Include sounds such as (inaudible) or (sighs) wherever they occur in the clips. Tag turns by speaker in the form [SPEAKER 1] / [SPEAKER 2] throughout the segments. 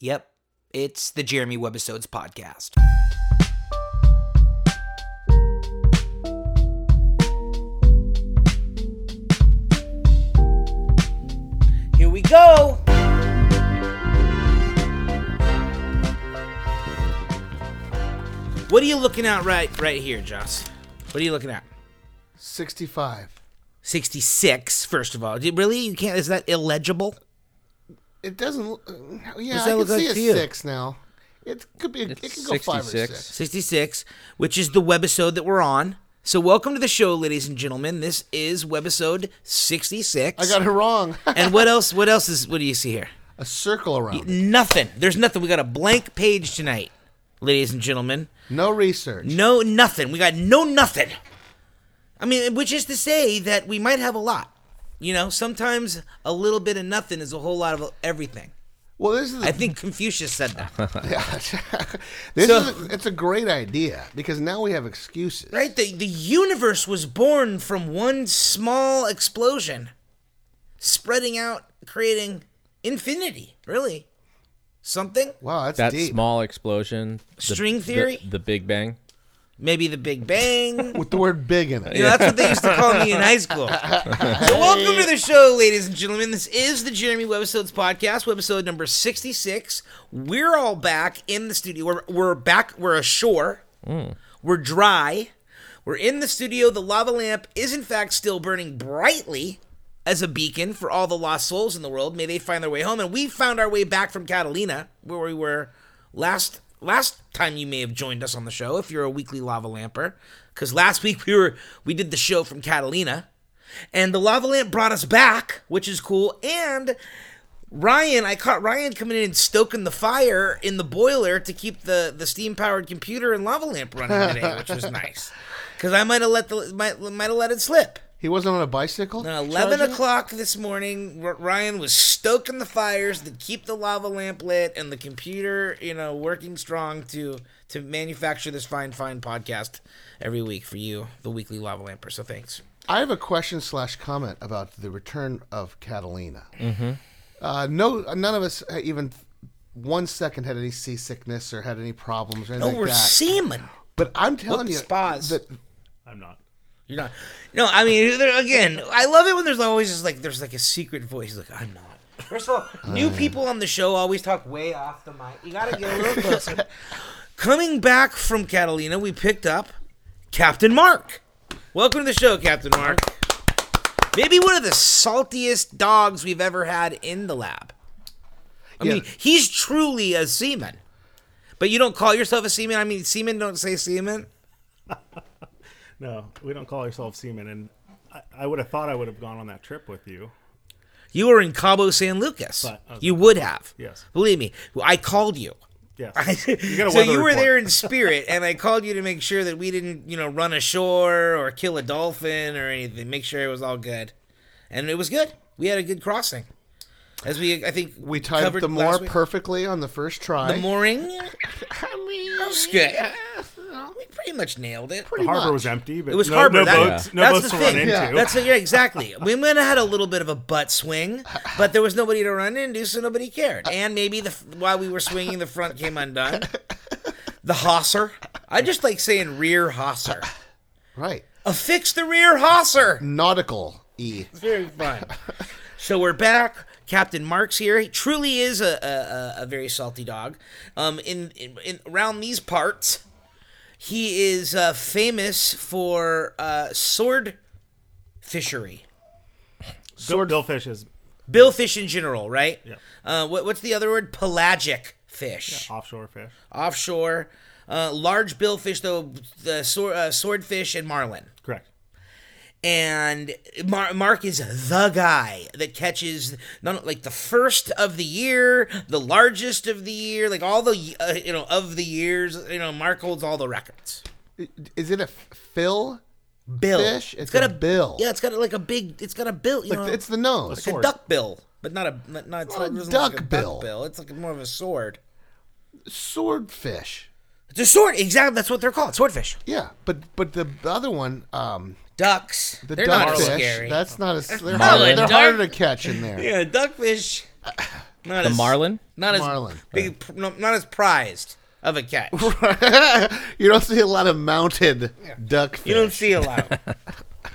[SPEAKER 1] Yep, it's the Jeremy Webisodes podcast. Here we go. What are you looking at right right here, Joss? What are you looking at?
[SPEAKER 2] 65.
[SPEAKER 1] 66 first of all. Did- Really? You can't is that illegible?
[SPEAKER 2] It doesn't. look- uh, Yeah,
[SPEAKER 1] that
[SPEAKER 2] I can
[SPEAKER 1] look like
[SPEAKER 2] see a
[SPEAKER 1] to you?
[SPEAKER 2] six now. It could be. it can go five or
[SPEAKER 3] 66.
[SPEAKER 2] six.
[SPEAKER 1] 66, which is the webisode that we're on. So welcome to the show, ladies and gentlemen. This is webisode 66.
[SPEAKER 2] I got it wrong. (laughs)
[SPEAKER 1] and what else? What else is? What do you see here?
[SPEAKER 2] a circle around. it.
[SPEAKER 1] Nothing. There's nothing. We got a blank page tonight, ladies and gentlemen.
[SPEAKER 2] No research.
[SPEAKER 1] No nothing. We got no nothing. I mean, which is to say that we might have a lot. You know, sometimes a little bit of nothing is a whole lot of everything.
[SPEAKER 2] Well, this is.
[SPEAKER 1] I
[SPEAKER 2] The,
[SPEAKER 1] think Confucius said that. (laughs)
[SPEAKER 2] (laughs) this
[SPEAKER 1] So-
[SPEAKER 2] is. a- it's a great idea because now we have excuses.
[SPEAKER 1] Right? The, the universe was born from one small explosion, spreading out, creating infinity, really. Something?
[SPEAKER 2] Wow, that's
[SPEAKER 3] That
[SPEAKER 2] deep.
[SPEAKER 3] small explosion. the-
[SPEAKER 1] String
[SPEAKER 3] the-
[SPEAKER 1] theory?
[SPEAKER 3] The, Big Bang.
[SPEAKER 1] Maybe the Big
[SPEAKER 2] (laughs)
[SPEAKER 1] Bang.
[SPEAKER 2] With the word "big" in it.
[SPEAKER 1] You know, that's what they used to call me in high school. So, welcome to the show, ladies and gentlemen. This is the Jeremy Webisodes podcast, webisode number 66. We're all back in the studio. We're, we're back, we're ashore, we're dry, we're in the studio. The lava lamp is, in fact, still burning brightly as a beacon for all the lost souls in the world. May they find their way home. And we found our way back from Catalina, where we were last last time you may have joined us on the show if you're a weekly lava lamper because last week we were we did the show from catalina and the lava lamp brought us back, which is cool. And Ryan, I caught Ryan coming in and stoking the fire in the boiler to keep the, the steam powered computer and lava lamp running today, which
[SPEAKER 2] (laughs)
[SPEAKER 1] was nice. Because I might have let the might might have let it slip.
[SPEAKER 2] He wasn't on a bicycle.
[SPEAKER 1] At Eleven
[SPEAKER 2] charging it?
[SPEAKER 1] o'clock this morning, R- Ryan was stoking the fires to keep the lava lamp lit and the computer, you know, working strong to to manufacture this fine fine podcast every week for you, the weekly lava lamper. So thanks.
[SPEAKER 2] I have a question slash comment about the return of Catalina. Mm-hmm. Uh, no, none of us even one second had any seasickness or had any problems or anything
[SPEAKER 1] Oh, we're
[SPEAKER 2] like that.
[SPEAKER 1] seamen.
[SPEAKER 2] but I'm telling
[SPEAKER 1] Whoops,
[SPEAKER 2] you,
[SPEAKER 1] pause.
[SPEAKER 2] that
[SPEAKER 4] I'm not.
[SPEAKER 1] You're not. No, I mean, (laughs) there- again, I love it when there's always just like there's like a secret voice. Like I'm not. First of all, new people on the show always talk way off the mic. You gotta get a little closer. Coming back from Catalina, we picked up Captain Mark. Welcome to the show, Captain Mark. Maybe one of the saltiest dogs we've ever had in the lab. I
[SPEAKER 2] Yeah.
[SPEAKER 1] mean, he's truly a seaman. But you don't call yourself a seaman. I mean, seamen don't say seaman.
[SPEAKER 4] No, we don't call ourselves seamen. And I, I would have thought I would have gone on that trip with you.
[SPEAKER 1] You were in Cabo San Lucas.
[SPEAKER 4] But- okay.
[SPEAKER 1] You would have.
[SPEAKER 4] Yes.
[SPEAKER 1] Believe me, I called you. (laughs)
[SPEAKER 4] Yes. got a
[SPEAKER 1] so
[SPEAKER 4] weather
[SPEAKER 1] you were
[SPEAKER 4] report.
[SPEAKER 1] there in
[SPEAKER 4] (laughs)
[SPEAKER 1] spirit, and I called you to make sure that we didn't, you know, run ashore or kill a dolphin or anything. Make sure it was all good, and it was good. We had a good crossing, as we I think
[SPEAKER 2] we timed
[SPEAKER 1] covered
[SPEAKER 2] the
[SPEAKER 1] last
[SPEAKER 2] more
[SPEAKER 1] week.
[SPEAKER 2] perfectly on the first try.
[SPEAKER 1] the mooring.
[SPEAKER 2] (laughs) I mean,
[SPEAKER 1] was good. We pretty much nailed it.
[SPEAKER 2] pretty
[SPEAKER 4] The harbor
[SPEAKER 2] much.
[SPEAKER 4] was empty, but
[SPEAKER 1] It was
[SPEAKER 4] no,
[SPEAKER 1] harbor.
[SPEAKER 4] no
[SPEAKER 1] that-
[SPEAKER 4] boats, no
[SPEAKER 1] that's
[SPEAKER 4] boats
[SPEAKER 1] the
[SPEAKER 4] to
[SPEAKER 1] thing.
[SPEAKER 4] run into.
[SPEAKER 2] Yeah.
[SPEAKER 1] That's yeah, exactly. We might have had a little bit of a butt swing, but there was nobody to run into, so nobody cared. And maybe the while we were swinging, the front came undone. The hawser. I just like saying rear hawser.
[SPEAKER 2] right.
[SPEAKER 1] Affix the rear hawser.
[SPEAKER 2] Nautical e.
[SPEAKER 1] Very fun. (laughs) So we're back. Captain Mark's here. He truly is a a, a, a very salty dog. Um, in, in in around these parts, he is uh, famous for uh, sword fishery,
[SPEAKER 4] Sword billfish is
[SPEAKER 1] billfish in general, right?
[SPEAKER 4] Yeah.
[SPEAKER 1] Uh, what, what's the other word? Pelagic fish,
[SPEAKER 4] offshore fish.
[SPEAKER 1] offshore. Uh, large billfish, though the sword, uh, swordfish and marlin.
[SPEAKER 4] Correct.
[SPEAKER 1] and Mar- Mark is the guy that catches not like the first of the year, the largest of the year, like all the uh, you know of the years. You know, Mark holds all the records.
[SPEAKER 2] Is it a f- fill?
[SPEAKER 1] Bill,
[SPEAKER 2] Fish? It's a bill.
[SPEAKER 1] Yeah, it's got a, like a big. It's got a bill. You know,
[SPEAKER 2] It's the nose.
[SPEAKER 1] like a duck bill, but not a not, not, it's
[SPEAKER 2] Not a
[SPEAKER 1] it doesn't look like
[SPEAKER 2] duck
[SPEAKER 1] a
[SPEAKER 2] bill.
[SPEAKER 1] bill. It's like more of a sword.
[SPEAKER 2] Swordfish.
[SPEAKER 1] It's a sword. Exactly. That's what they're called. Swordfish.
[SPEAKER 2] Yeah, but but the other one, um,
[SPEAKER 1] Ducks.
[SPEAKER 2] the
[SPEAKER 1] they're not
[SPEAKER 2] duckfish.
[SPEAKER 1] scary.
[SPEAKER 2] That's not as they're,
[SPEAKER 1] Marlin.
[SPEAKER 2] harder, they're
[SPEAKER 1] Dark-
[SPEAKER 2] harder to catch in there. (laughs)
[SPEAKER 1] yeah, duckfish. Not
[SPEAKER 3] The
[SPEAKER 1] as- (laughs)
[SPEAKER 3] marlin?
[SPEAKER 1] Not as
[SPEAKER 2] Marlin.
[SPEAKER 1] big, pr- no, not as prized of a catch.
[SPEAKER 2] you don't see a lot of mounted duckfish.
[SPEAKER 1] You don't see a lot. of 'em. (laughs)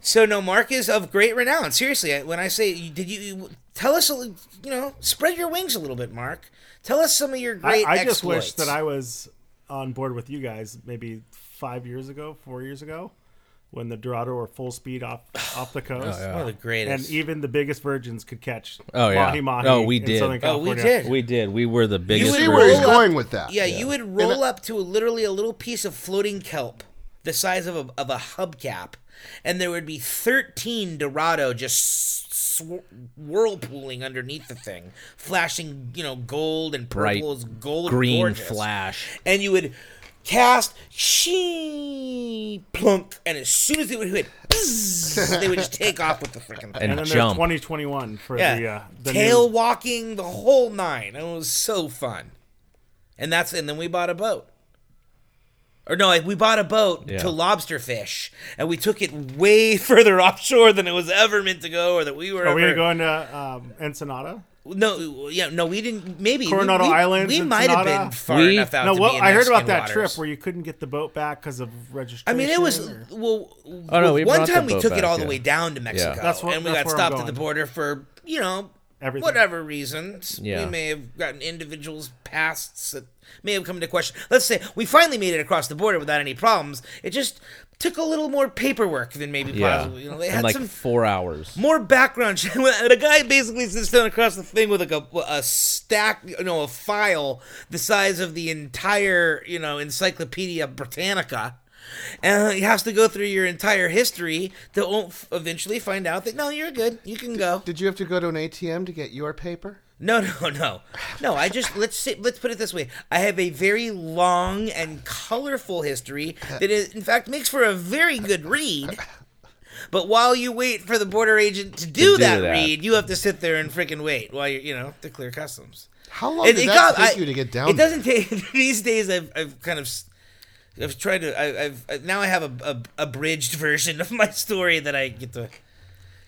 [SPEAKER 1] so no, Mark is of great renown. Seriously, I- when I say, you- did you, you tell us? a li- You know, spread your wings a little bit, Mark. Tell us some of your
[SPEAKER 4] I,
[SPEAKER 1] great.
[SPEAKER 4] I just wish
[SPEAKER 1] exploits.
[SPEAKER 4] that I was on board with you guys maybe five years ago, four years ago, when the Dorado were full speed off
[SPEAKER 1] (sighs)
[SPEAKER 4] off the coast.
[SPEAKER 1] Oh, One of the
[SPEAKER 4] And
[SPEAKER 1] greatest.
[SPEAKER 4] even the biggest virgins could catch
[SPEAKER 3] Oh, yeah.
[SPEAKER 4] mahi mahi.
[SPEAKER 3] Oh, we
[SPEAKER 4] in
[SPEAKER 3] did.
[SPEAKER 4] Southern
[SPEAKER 1] Oh, we
[SPEAKER 4] California.
[SPEAKER 1] did.
[SPEAKER 3] We did. We were the
[SPEAKER 2] You
[SPEAKER 3] biggest.
[SPEAKER 2] see
[SPEAKER 1] would
[SPEAKER 2] where he's
[SPEAKER 1] roll up-
[SPEAKER 2] going with that.
[SPEAKER 1] yeah, you would roll up to a, literally a little piece of floating kelp the size of a, of a hubcap, and there would be 13 Dorado just sw- whirlpooling underneath the thing, flashing, you know, gold and
[SPEAKER 3] Bright
[SPEAKER 1] purple is gold and
[SPEAKER 3] green
[SPEAKER 1] gorgeous.
[SPEAKER 3] flash.
[SPEAKER 1] And you would cast, she plunk, and as soon as they would hit, bzzz, they would just take off with the freaking thing.
[SPEAKER 3] And,
[SPEAKER 4] And then there's
[SPEAKER 3] jump.
[SPEAKER 4] 2021 for
[SPEAKER 1] Yeah.
[SPEAKER 4] the, uh, the
[SPEAKER 1] tail
[SPEAKER 4] new-
[SPEAKER 1] walking the whole nine. It was so fun. And that's and then we bought a boat. Or no, we bought a boat
[SPEAKER 3] Yeah.
[SPEAKER 1] to lobster fish, and we took it way (laughs) further offshore than it was ever meant to go, or that we were.
[SPEAKER 4] Are we
[SPEAKER 1] ever,
[SPEAKER 4] going to um, Ensenada?
[SPEAKER 1] No, yeah, no, we didn't. Maybe we-
[SPEAKER 4] Coronado
[SPEAKER 1] we,
[SPEAKER 4] Islands,
[SPEAKER 1] We might have
[SPEAKER 4] Ensenada?
[SPEAKER 1] been far
[SPEAKER 3] We-
[SPEAKER 1] enough out.
[SPEAKER 4] No,
[SPEAKER 1] Uh, to
[SPEAKER 4] well,
[SPEAKER 1] be in
[SPEAKER 4] I heard
[SPEAKER 1] Mexican
[SPEAKER 4] about that
[SPEAKER 1] waters.
[SPEAKER 4] trip where you couldn't get the boat back because of
[SPEAKER 1] I
[SPEAKER 4] registration.
[SPEAKER 1] mean, it was
[SPEAKER 4] or-
[SPEAKER 1] well.
[SPEAKER 3] Oh, no, we
[SPEAKER 1] one
[SPEAKER 3] brought the
[SPEAKER 1] time we
[SPEAKER 3] boat
[SPEAKER 1] took it
[SPEAKER 3] back,
[SPEAKER 1] all the
[SPEAKER 3] yeah.
[SPEAKER 1] way down to Mexico,
[SPEAKER 4] That's what-
[SPEAKER 1] and we
[SPEAKER 4] that's
[SPEAKER 1] got
[SPEAKER 4] where I'm
[SPEAKER 1] stopped at the
[SPEAKER 4] going.
[SPEAKER 1] border for you know
[SPEAKER 4] Everything.
[SPEAKER 1] whatever reasons.
[SPEAKER 3] Yeah.
[SPEAKER 1] We may have gotten individuals' pasts that may have come into question. Let's say we finally made it across the border without any problems. It just took a little more paperwork than maybe
[SPEAKER 3] Yeah.
[SPEAKER 1] possible. You know, they
[SPEAKER 3] In
[SPEAKER 1] had
[SPEAKER 3] like
[SPEAKER 1] some
[SPEAKER 3] four hours.
[SPEAKER 1] more background. check. (laughs) the guy basically sits down across the thing with like a, a stack, you know, a file the size of the entire, you know, Encyclopedia Britannica. And he has to go through your entire history to o- eventually find out that no, you're good. You can go.
[SPEAKER 2] Did you have to go to an ATM to get your paper?
[SPEAKER 1] No, no, (laughs) no, no. I just let's say, let's put it this way. I have a very long and colorful history that, is, in fact, makes for a very good read. But while you wait for the border agent to do,
[SPEAKER 3] do
[SPEAKER 1] that,
[SPEAKER 3] that.
[SPEAKER 1] read, you have to sit there and freaking wait while you're, you know, to clear customs.
[SPEAKER 2] How long
[SPEAKER 1] It-
[SPEAKER 2] did
[SPEAKER 1] it
[SPEAKER 2] that
[SPEAKER 1] got-
[SPEAKER 2] take
[SPEAKER 1] I-
[SPEAKER 2] you to get down?
[SPEAKER 1] It
[SPEAKER 2] there?
[SPEAKER 1] doesn't take (laughs) these days. I've, I've kind of, s- I've tried to. I, I've I- now I have a, a abridged (laughs) version of my story that I get to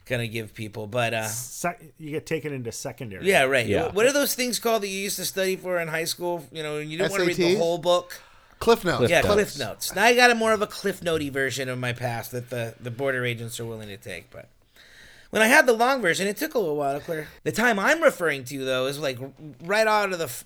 [SPEAKER 1] kind of give people. But uh,
[SPEAKER 4] Sec- you get taken into secondary.
[SPEAKER 1] yeah, right.
[SPEAKER 3] Yeah.
[SPEAKER 1] What are those things called that you used to study for in high school? You know, and you didn't want to read the
[SPEAKER 2] SATs?
[SPEAKER 1] whole book.
[SPEAKER 2] Cliff notes.
[SPEAKER 1] Yeah,
[SPEAKER 3] Cliff
[SPEAKER 1] cliff notes. Now I got a more of a cliff notey version of my past that the, the border agents are willing to take, but when I had the long version, it took a little while to clear. The time I'm referring to though is like r- right out of the f-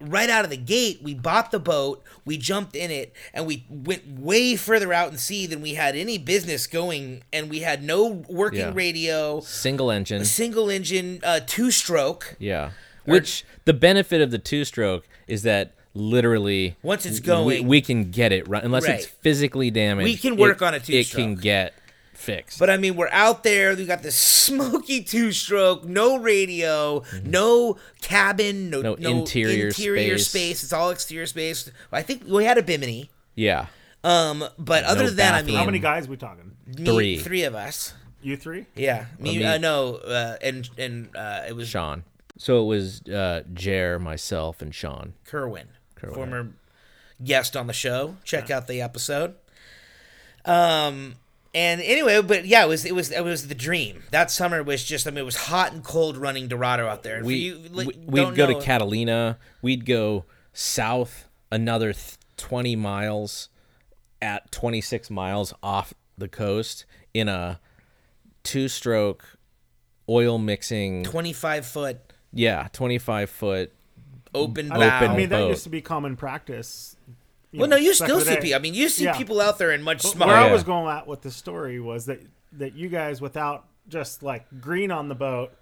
[SPEAKER 1] right out of the gate, we bought the boat, we jumped in it, and we went way further out in sea than we had any business going, and we had no working
[SPEAKER 3] Yeah.
[SPEAKER 1] radio,
[SPEAKER 3] Single engine.
[SPEAKER 1] single engine, uh, two stroke.
[SPEAKER 3] Yeah. Which the benefit of the two stroke is that literally
[SPEAKER 1] Once it's
[SPEAKER 3] w- we-
[SPEAKER 1] going-
[SPEAKER 3] we, can get it right unless it's
[SPEAKER 1] Right.
[SPEAKER 3] physically damaged.
[SPEAKER 1] We can
[SPEAKER 3] it-
[SPEAKER 1] work on a
[SPEAKER 3] It can
[SPEAKER 1] two-stroke.
[SPEAKER 3] get fixed.
[SPEAKER 1] But I mean, we're out there. We got this (laughs) smoky two-stroke, no radio, no cabin, no,
[SPEAKER 3] Mm-hmm. No interior
[SPEAKER 1] interior
[SPEAKER 3] space.
[SPEAKER 1] space. It's all exterior space. I think we had a bimini.
[SPEAKER 3] yeah.
[SPEAKER 1] Um, but other than that, I mean,
[SPEAKER 3] bathroom.
[SPEAKER 4] How many guys we talking?
[SPEAKER 1] me-
[SPEAKER 3] Three.
[SPEAKER 1] three of us.
[SPEAKER 4] You three?
[SPEAKER 1] Yeah, me,
[SPEAKER 3] me-
[SPEAKER 1] uh, no, uh, and and uh, it was
[SPEAKER 3] Sean. So it was uh Jer, myself and Sean.
[SPEAKER 1] Kerwin, former guest on the show. Check out the episode. Um and anyway, but yeah, it was it was it was the dream. That summer was just I mean it was hot and cold running Dorado out there. And for
[SPEAKER 3] We,
[SPEAKER 1] you, like,
[SPEAKER 3] we we'd
[SPEAKER 1] don't
[SPEAKER 3] go
[SPEAKER 1] know-
[SPEAKER 3] to Catalina, we'd go south another th- 20 miles at 26 miles off the coast in a two stroke oil mixing
[SPEAKER 1] 25 foot
[SPEAKER 3] yeah, 25 foot
[SPEAKER 1] open
[SPEAKER 4] I,
[SPEAKER 1] bow.
[SPEAKER 3] Mm, Open
[SPEAKER 4] I mean, that
[SPEAKER 3] boat.
[SPEAKER 4] used to be common practice. you
[SPEAKER 1] well,
[SPEAKER 4] know,
[SPEAKER 1] no, you
[SPEAKER 4] back
[SPEAKER 1] still
[SPEAKER 4] in the
[SPEAKER 1] see
[SPEAKER 4] day.
[SPEAKER 1] people. I mean, you see
[SPEAKER 4] Yeah.
[SPEAKER 1] people out there in much
[SPEAKER 4] Where
[SPEAKER 1] smaller.
[SPEAKER 4] I
[SPEAKER 3] Yeah.
[SPEAKER 4] was going at with the story was that that you guys, without just like green on the boat,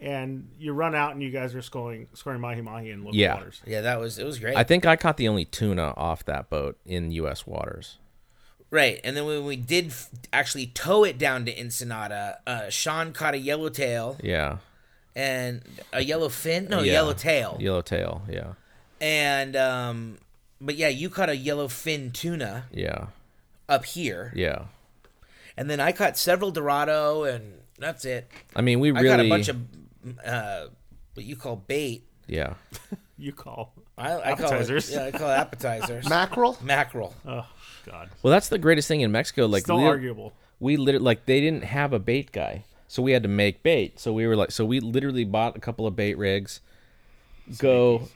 [SPEAKER 4] and you run out and you guys are scoring scoring mahi mahi in local
[SPEAKER 3] Yeah.
[SPEAKER 4] waters.
[SPEAKER 1] Yeah, that was it was great.
[SPEAKER 3] I think I caught the only tuna off that boat in U.S. waters.
[SPEAKER 1] Right, and then when we did f- actually tow it down to Ensenada, uh, Sean caught a yellowtail
[SPEAKER 3] Yeah.
[SPEAKER 1] and a yellow fin. No,
[SPEAKER 3] yeah.
[SPEAKER 1] yellowtail.
[SPEAKER 3] Yellowtail. Yeah.
[SPEAKER 1] And um, but yeah, you caught a yellowfin tuna
[SPEAKER 3] Yeah.
[SPEAKER 1] up here,
[SPEAKER 3] Yeah.
[SPEAKER 1] and then I caught several dorado, and that's it.
[SPEAKER 3] I mean, we
[SPEAKER 1] I
[SPEAKER 3] really.
[SPEAKER 1] caught a bunch of uh, what you call bait.
[SPEAKER 3] Yeah.
[SPEAKER 4] You call.
[SPEAKER 1] I, I
[SPEAKER 4] Appetizers.
[SPEAKER 1] Call it, yeah, I call it
[SPEAKER 4] (laughs)
[SPEAKER 1] appetizers.
[SPEAKER 2] Mackerel.
[SPEAKER 1] Mackerel.
[SPEAKER 4] Oh God,
[SPEAKER 3] Well, that's the greatest thing in Mexico. Like,
[SPEAKER 4] still
[SPEAKER 3] lit-
[SPEAKER 4] arguable.
[SPEAKER 3] we literally like they didn't have a bait guy. So we had to make bait. So we were like, so we literally bought a couple of bait rigs, go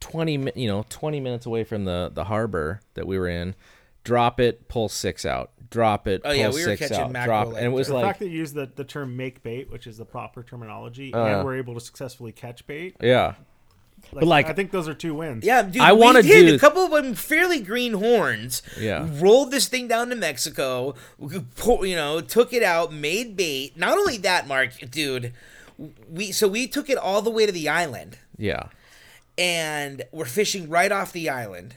[SPEAKER 3] twenty, mi- you know, twenty minutes away from the the harbor that we were in, drop it, pull six out, drop it, pull
[SPEAKER 1] Oh, yeah, we were
[SPEAKER 3] six
[SPEAKER 1] catching
[SPEAKER 3] out,
[SPEAKER 1] mackerel
[SPEAKER 3] drop,
[SPEAKER 1] like
[SPEAKER 3] and it was
[SPEAKER 4] The
[SPEAKER 3] like,
[SPEAKER 4] fact that you use the, the term make bait, which is the proper terminology,
[SPEAKER 3] Uh.
[SPEAKER 4] and we're able to successfully catch bait.
[SPEAKER 3] yeah,
[SPEAKER 4] Like,
[SPEAKER 3] like-
[SPEAKER 4] I think those are two wins.
[SPEAKER 1] Yeah, dude,
[SPEAKER 3] I
[SPEAKER 1] we
[SPEAKER 3] wanna
[SPEAKER 1] did.
[SPEAKER 3] do-
[SPEAKER 1] a couple of them fairly green horns.
[SPEAKER 3] Yeah.
[SPEAKER 1] rolled this thing down to Mexico. po- You know, took it out, made bait. Not only that, Mark, dude, we so we took it all the way to the island,
[SPEAKER 3] yeah,
[SPEAKER 1] and we're fishing right off the island.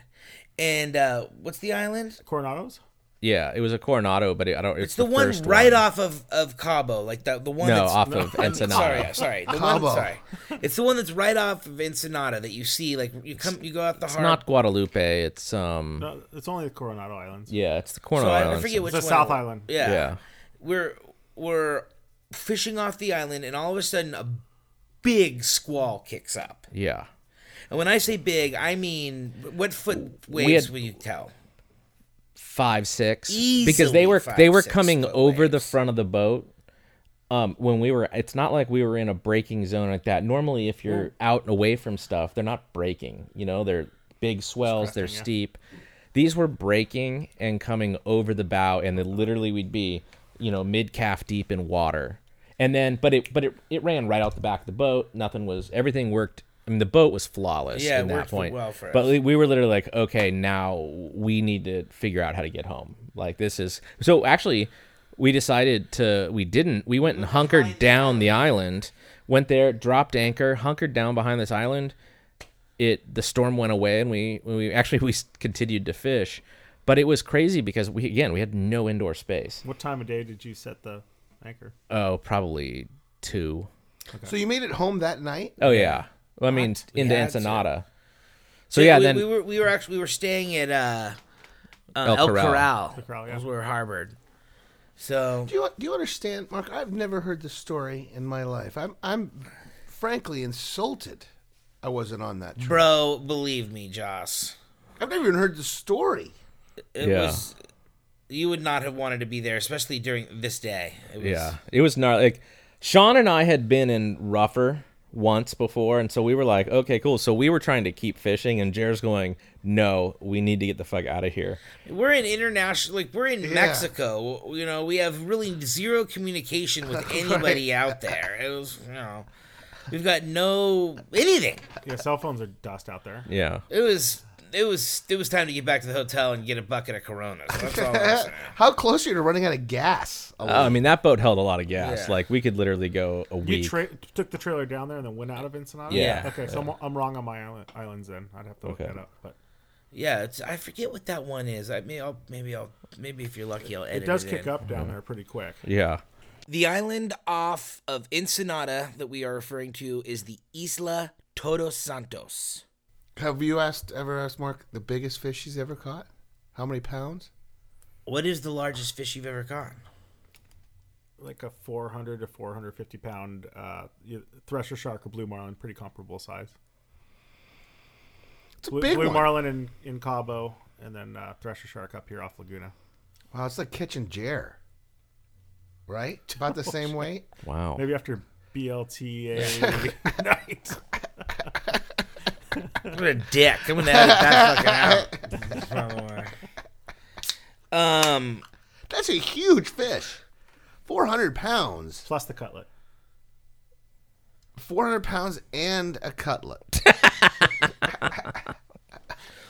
[SPEAKER 1] And uh, what's the island?
[SPEAKER 4] Coronados?
[SPEAKER 3] yeah. It was a Coronado, but it, I don't. It's,
[SPEAKER 1] It's the, one
[SPEAKER 3] first
[SPEAKER 1] right off of, of Cabo, like the the one
[SPEAKER 3] No,
[SPEAKER 1] that's
[SPEAKER 3] off of
[SPEAKER 1] (laughs) Sorry,
[SPEAKER 3] Ensenada.
[SPEAKER 1] sorry, the one,
[SPEAKER 2] Cabo.
[SPEAKER 1] sorry. It's the one that's right off of Ensenada that you see. Like you come, you go out the
[SPEAKER 3] It's
[SPEAKER 1] harbor.
[SPEAKER 3] not Guadalupe. It's um.
[SPEAKER 4] No, it's only the Coronado Islands.
[SPEAKER 3] Yeah, it's the Coronado
[SPEAKER 1] So I, I
[SPEAKER 3] Islands.
[SPEAKER 1] forget which
[SPEAKER 4] the
[SPEAKER 1] one it
[SPEAKER 4] South
[SPEAKER 1] was.
[SPEAKER 4] Island.
[SPEAKER 1] Yeah.
[SPEAKER 3] Yeah.
[SPEAKER 1] We're we're fishing off the island and all of a sudden a big squall kicks up.
[SPEAKER 3] Yeah.
[SPEAKER 1] And when I say big, I mean what foot waves
[SPEAKER 3] had-
[SPEAKER 1] will you tell?
[SPEAKER 3] five six
[SPEAKER 1] Easily
[SPEAKER 3] because they were
[SPEAKER 1] five,
[SPEAKER 3] they were
[SPEAKER 1] six
[SPEAKER 3] coming
[SPEAKER 1] foot
[SPEAKER 3] over the front of the boat um when we were it's not like we were in a breaking zone like that normally if you're out and away from stuff they're not breaking you know they're big swells they're steep these were breaking and coming over the bow and then literally we'd be you know mid calf deep in water and then but it but it, it ran right out the back of the boat nothing was everything worked I mean, the boat was flawless
[SPEAKER 1] Yeah, it
[SPEAKER 3] in that
[SPEAKER 1] worked
[SPEAKER 3] point.
[SPEAKER 1] well for
[SPEAKER 3] but
[SPEAKER 1] us.
[SPEAKER 3] we- we were literally like, okay, now we need to figure out how to get home. Like this is so actually we decided to we didn't we went and hunkered down the island, went there, dropped anchor, hunkered down behind this island. It the storm went away and we we actually (laughs) we s- continued to fish. But it was crazy because we again we had no indoor space.
[SPEAKER 4] What time of day did you set the anchor?
[SPEAKER 3] Oh, probably two.
[SPEAKER 2] So you made it home that night?
[SPEAKER 3] Oh yeah. Well, I mean
[SPEAKER 1] We
[SPEAKER 3] into
[SPEAKER 1] had to.
[SPEAKER 3] Ensenada. So yeah,
[SPEAKER 1] we,
[SPEAKER 3] then
[SPEAKER 1] we were we were actually we were staying at uh, uh,
[SPEAKER 3] El
[SPEAKER 1] El
[SPEAKER 3] Corral.
[SPEAKER 1] Corral. El
[SPEAKER 4] Corral, yeah.
[SPEAKER 1] was where we harbored. So
[SPEAKER 2] Do you do you understand, Mark? I've never heard this story in my life. I'm I'm frankly insulted. I wasn't on that trip.
[SPEAKER 1] bro, believe me, Joss.
[SPEAKER 2] I've never even heard the story.
[SPEAKER 1] It
[SPEAKER 3] Yeah.
[SPEAKER 1] was you would not have wanted to be there, especially during this day. It was,
[SPEAKER 3] Yeah, it was gnarly. Like Sean and I had been in rougher once before, and so we were like, okay, cool. So we were trying to keep fishing, and Jared's going, no, we need to get the fuck out of here.
[SPEAKER 1] We're in international, like we're in Mexico. You know, we have really zero communication
[SPEAKER 4] (laughs)
[SPEAKER 1] with anybody out there. It was, you know, we've got no anything.
[SPEAKER 4] Yeah, cell phones are dust out there.
[SPEAKER 3] Yeah,
[SPEAKER 1] It was, it was, it was time to get back to the hotel and get a bucket of Coronas. That's all I'm saying.
[SPEAKER 2] Uh, How close are you to running out of gas?
[SPEAKER 3] Uh, I mean that boat held a lot of gas.
[SPEAKER 1] Yeah.
[SPEAKER 3] Like we could literally go a
[SPEAKER 4] You
[SPEAKER 3] week.
[SPEAKER 4] tra- took the trailer down there and then went out of Ensenada?
[SPEAKER 3] Yeah.
[SPEAKER 4] Okay, so I'm, I'm wrong on my island, islands then. I'd have to look
[SPEAKER 3] Okay.
[SPEAKER 4] that up. But
[SPEAKER 1] Yeah, it's, I forget what that one is. I may, I'll, maybe I'll, maybe if you're lucky, I'll edit
[SPEAKER 4] it does
[SPEAKER 1] it
[SPEAKER 4] kick
[SPEAKER 1] in.
[SPEAKER 4] up
[SPEAKER 3] Uh-huh.
[SPEAKER 4] down there pretty quick.
[SPEAKER 3] yeah,
[SPEAKER 1] The island off of Ensenada that we are referring to is the Isla Todos Santos.
[SPEAKER 2] Have you asked ever asked Mark the biggest fish he's ever caught? How many pounds?
[SPEAKER 1] What is the largest fish you've ever caught?
[SPEAKER 4] Like a 400 to 450 pound uh, you- thresher shark or blue marlin, pretty comparable size.
[SPEAKER 2] It's a
[SPEAKER 4] Blue,
[SPEAKER 2] big
[SPEAKER 4] blue
[SPEAKER 2] one.
[SPEAKER 4] marlin in, in Cabo, and then uh, thresher shark up here off Laguna.
[SPEAKER 2] Wow, it's like catching Jer. (laughs) Right? About the same weight?
[SPEAKER 3] wow.
[SPEAKER 4] Maybe after
[SPEAKER 1] (laughs)
[SPEAKER 4] BLTA night.
[SPEAKER 1] What a dick. I'm gonna edit that
[SPEAKER 4] (laughs)
[SPEAKER 1] fucking out. um
[SPEAKER 2] That's a huge fish. 400 pounds.
[SPEAKER 4] Plus the cutlet.
[SPEAKER 2] 400 pounds and a cutlet.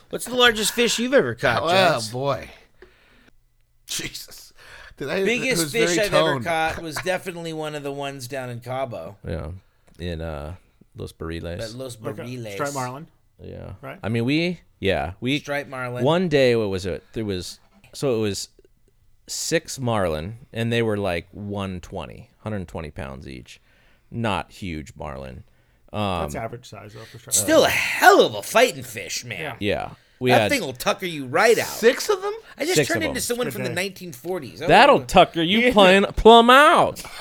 [SPEAKER 1] what's the largest fish you've ever caught,
[SPEAKER 2] Oh,
[SPEAKER 1] Jones?
[SPEAKER 2] boy. Jesus. Did I, it
[SPEAKER 1] Biggest
[SPEAKER 2] was very
[SPEAKER 1] fish I've ever
[SPEAKER 2] toned.
[SPEAKER 1] caught was definitely one of the ones down in Cabo
[SPEAKER 3] Yeah, in uh Los
[SPEAKER 1] at
[SPEAKER 3] Barriles.
[SPEAKER 1] Los
[SPEAKER 4] Like a
[SPEAKER 1] Barriles.
[SPEAKER 4] Striped marlin.
[SPEAKER 3] yeah,
[SPEAKER 4] right?
[SPEAKER 3] I mean we yeah we
[SPEAKER 1] Striped marlin.
[SPEAKER 3] One day, what was it? There was so it was six marlin, and they were like 120, 120 pounds each. Not huge marlin.
[SPEAKER 4] That's average size, though, for sure.
[SPEAKER 1] Um, Still a hell of a fighting fish, man.
[SPEAKER 4] Yeah.
[SPEAKER 3] Yeah, we
[SPEAKER 1] That
[SPEAKER 3] had
[SPEAKER 1] thing will tucker you right out.
[SPEAKER 2] Six of them?
[SPEAKER 1] I just
[SPEAKER 3] Six
[SPEAKER 1] turned
[SPEAKER 3] of
[SPEAKER 1] into
[SPEAKER 3] them.
[SPEAKER 1] someone from the Oh.
[SPEAKER 4] day.
[SPEAKER 1] 1940s. That
[SPEAKER 3] that'll
[SPEAKER 1] was-
[SPEAKER 3] tucker you plumb plumb out.
[SPEAKER 1] (laughs)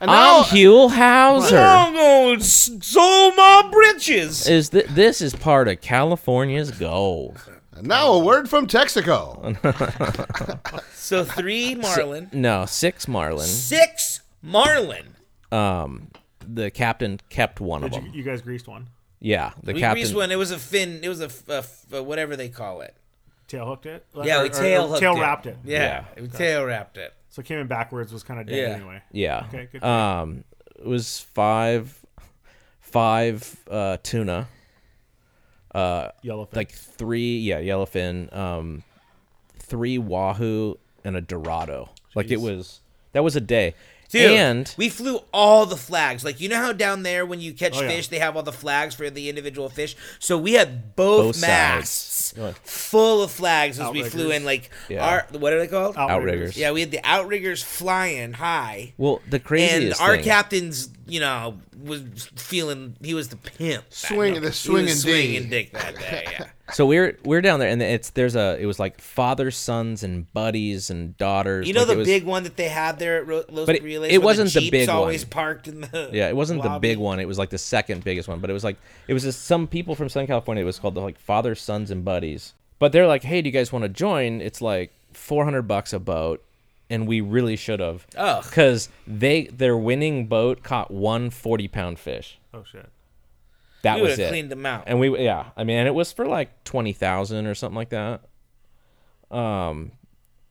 [SPEAKER 2] And now-
[SPEAKER 3] I'm Hugh Hauser.
[SPEAKER 1] I'm gonna sew my britches.
[SPEAKER 3] Is that this is part of California's gold?
[SPEAKER 2] and now a word from Texaco.
[SPEAKER 3] (laughs)
[SPEAKER 1] So three marlin,
[SPEAKER 3] mm-hmm. No, six marlin,
[SPEAKER 1] six Marlin.
[SPEAKER 3] The captain kept one of
[SPEAKER 4] Did
[SPEAKER 3] them.
[SPEAKER 4] you, you guys greased one?
[SPEAKER 3] Yeah, the
[SPEAKER 1] We
[SPEAKER 3] captain.
[SPEAKER 1] greased one. It was a fin. It was a, f- a f- a whatever they call it.
[SPEAKER 4] Tail hooked it?
[SPEAKER 1] Yeah, we tail hooked
[SPEAKER 4] tail
[SPEAKER 1] it.
[SPEAKER 4] wrapped it.
[SPEAKER 1] Yeah, we tail wrapped it.
[SPEAKER 4] So it came in backwards, was kind of dead
[SPEAKER 1] Yeah. Uh,
[SPEAKER 4] anyway.
[SPEAKER 3] Yeah.
[SPEAKER 4] Okay, good.
[SPEAKER 3] Um, it was five, five uh, tuna,
[SPEAKER 4] Yellowfin.
[SPEAKER 3] like three, yeah, yellowfin, um, three wahoo, and a dorado. Like it was that was a day.
[SPEAKER 1] Dude,
[SPEAKER 3] and
[SPEAKER 1] we flew all the flags. Like you know how down there when you catch
[SPEAKER 4] Oh, yeah.
[SPEAKER 1] fish, they have all the flags for the individual fish. So we had both,
[SPEAKER 3] Both
[SPEAKER 1] masts
[SPEAKER 3] sides. Good.
[SPEAKER 1] full of flags as we flew
[SPEAKER 4] Outriggers.
[SPEAKER 1] in. Like
[SPEAKER 3] Yeah.
[SPEAKER 1] our what are they called?
[SPEAKER 3] outriggers.
[SPEAKER 1] Yeah, we had the outriggers flying high,
[SPEAKER 3] Well, the
[SPEAKER 1] and
[SPEAKER 3] craziest
[SPEAKER 1] our
[SPEAKER 3] thing.
[SPEAKER 1] captain's you know was feeling he was the pimp. back up.
[SPEAKER 2] Swing- the
[SPEAKER 1] He was
[SPEAKER 2] swinging D.
[SPEAKER 1] swinging dick that day.
[SPEAKER 3] (laughs)
[SPEAKER 1] Yeah.
[SPEAKER 3] so we're we're down there, and it's there's a it was like fathers, sons, and buddies and daughters.
[SPEAKER 1] You know
[SPEAKER 3] Like,
[SPEAKER 1] the
[SPEAKER 3] it was-
[SPEAKER 1] big one that they had there at Ro- Los
[SPEAKER 3] But it-
[SPEAKER 1] Priles.
[SPEAKER 3] it
[SPEAKER 1] where
[SPEAKER 3] wasn't
[SPEAKER 1] the,
[SPEAKER 3] the
[SPEAKER 1] Jeep's
[SPEAKER 3] big one.
[SPEAKER 1] always parked in the.
[SPEAKER 3] Yeah, it wasn't the
[SPEAKER 1] lobby.
[SPEAKER 3] big one. It was like the second biggest one, but it was like it was just some people from Southern California. It was called the like Father Sons and Buddies. But they're like, hey, do you guys want to join? It's like four hundred bucks a boat, and we really should have.
[SPEAKER 1] Ugh.
[SPEAKER 3] because they their winning boat caught one 40 pound fish.
[SPEAKER 4] Oh, shit.
[SPEAKER 3] That
[SPEAKER 1] We
[SPEAKER 3] was
[SPEAKER 1] would
[SPEAKER 3] it.
[SPEAKER 1] have cleaned them out.
[SPEAKER 3] and we yeah, I mean, and it was for like twenty thousand or something like that. Um.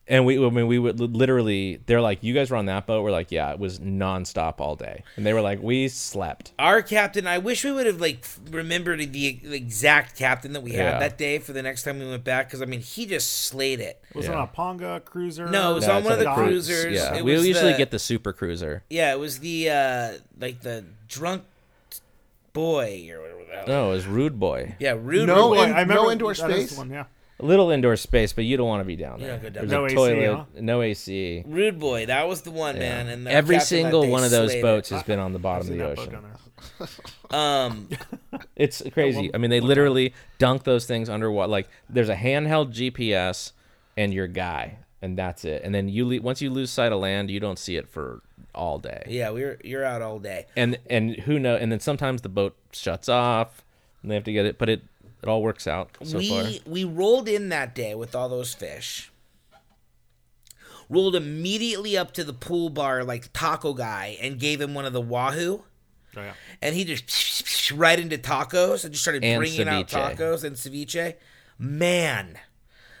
[SPEAKER 3] And we, I mean, we would literally. They're like, "You guys were on that boat." We're like, "Yeah, it was nonstop all day." And they were like, "We slept."
[SPEAKER 1] our captain i wish we would have like f- remembered the e- the exact captain that we
[SPEAKER 3] Yeah.
[SPEAKER 1] had that day for the next time we went back because i mean he just slayed it
[SPEAKER 4] Was it
[SPEAKER 3] Yeah.
[SPEAKER 4] on a Ponga cruiser?
[SPEAKER 1] No, it was
[SPEAKER 3] Yeah,
[SPEAKER 1] on
[SPEAKER 3] it's
[SPEAKER 1] one of
[SPEAKER 3] like
[SPEAKER 1] the
[SPEAKER 3] a
[SPEAKER 4] Dodge?
[SPEAKER 3] cruise.
[SPEAKER 1] cruisers.
[SPEAKER 3] Yeah,
[SPEAKER 1] It
[SPEAKER 3] we
[SPEAKER 1] was
[SPEAKER 3] usually
[SPEAKER 1] the-
[SPEAKER 3] get the super cruiser.
[SPEAKER 1] yeah it was the uh like the drunk boy or whatever the hell.
[SPEAKER 3] No, it was Rude Boy.
[SPEAKER 1] yeah rude
[SPEAKER 2] No,
[SPEAKER 1] boy.
[SPEAKER 4] Wait,
[SPEAKER 2] Oh, In-
[SPEAKER 4] I remember
[SPEAKER 2] no indoor
[SPEAKER 4] that is the
[SPEAKER 2] space?
[SPEAKER 4] One, yeah.
[SPEAKER 3] Little indoor space, but you don't want to be down there.
[SPEAKER 1] don't go down
[SPEAKER 3] There's
[SPEAKER 4] there.
[SPEAKER 3] a
[SPEAKER 4] No AC,
[SPEAKER 3] toilet,
[SPEAKER 4] huh?
[SPEAKER 3] no AC.
[SPEAKER 1] rude boy that was the one man and our
[SPEAKER 3] Every
[SPEAKER 1] captain that
[SPEAKER 3] single
[SPEAKER 1] day
[SPEAKER 3] one of those
[SPEAKER 1] slayed it.
[SPEAKER 3] boats
[SPEAKER 1] (laughs)
[SPEAKER 3] has been on the bottom of
[SPEAKER 4] Seen
[SPEAKER 3] the
[SPEAKER 4] that boat down
[SPEAKER 3] ocean.
[SPEAKER 4] there.
[SPEAKER 1] um
[SPEAKER 3] It's crazy. I mean, they literally dunk those things underwater. Like, there's a handheld GPS and your guy, and that's it. And then you le- once you lose sight of land, you don't see it for all day.
[SPEAKER 1] yeah we were you're out all day
[SPEAKER 3] And and who know? And then sometimes the boat shuts off, and they have to get it. But it it all works out so
[SPEAKER 1] we
[SPEAKER 3] far.
[SPEAKER 1] we rolled in that day with all those fish. Rolled immediately up to the pool bar like taco guy and gave him one of the wahoo,
[SPEAKER 4] Oh, yeah.
[SPEAKER 1] and he just right into tacos and just started
[SPEAKER 3] And
[SPEAKER 1] bringing out
[SPEAKER 3] ceviche.
[SPEAKER 1] tacos and ceviche. Man,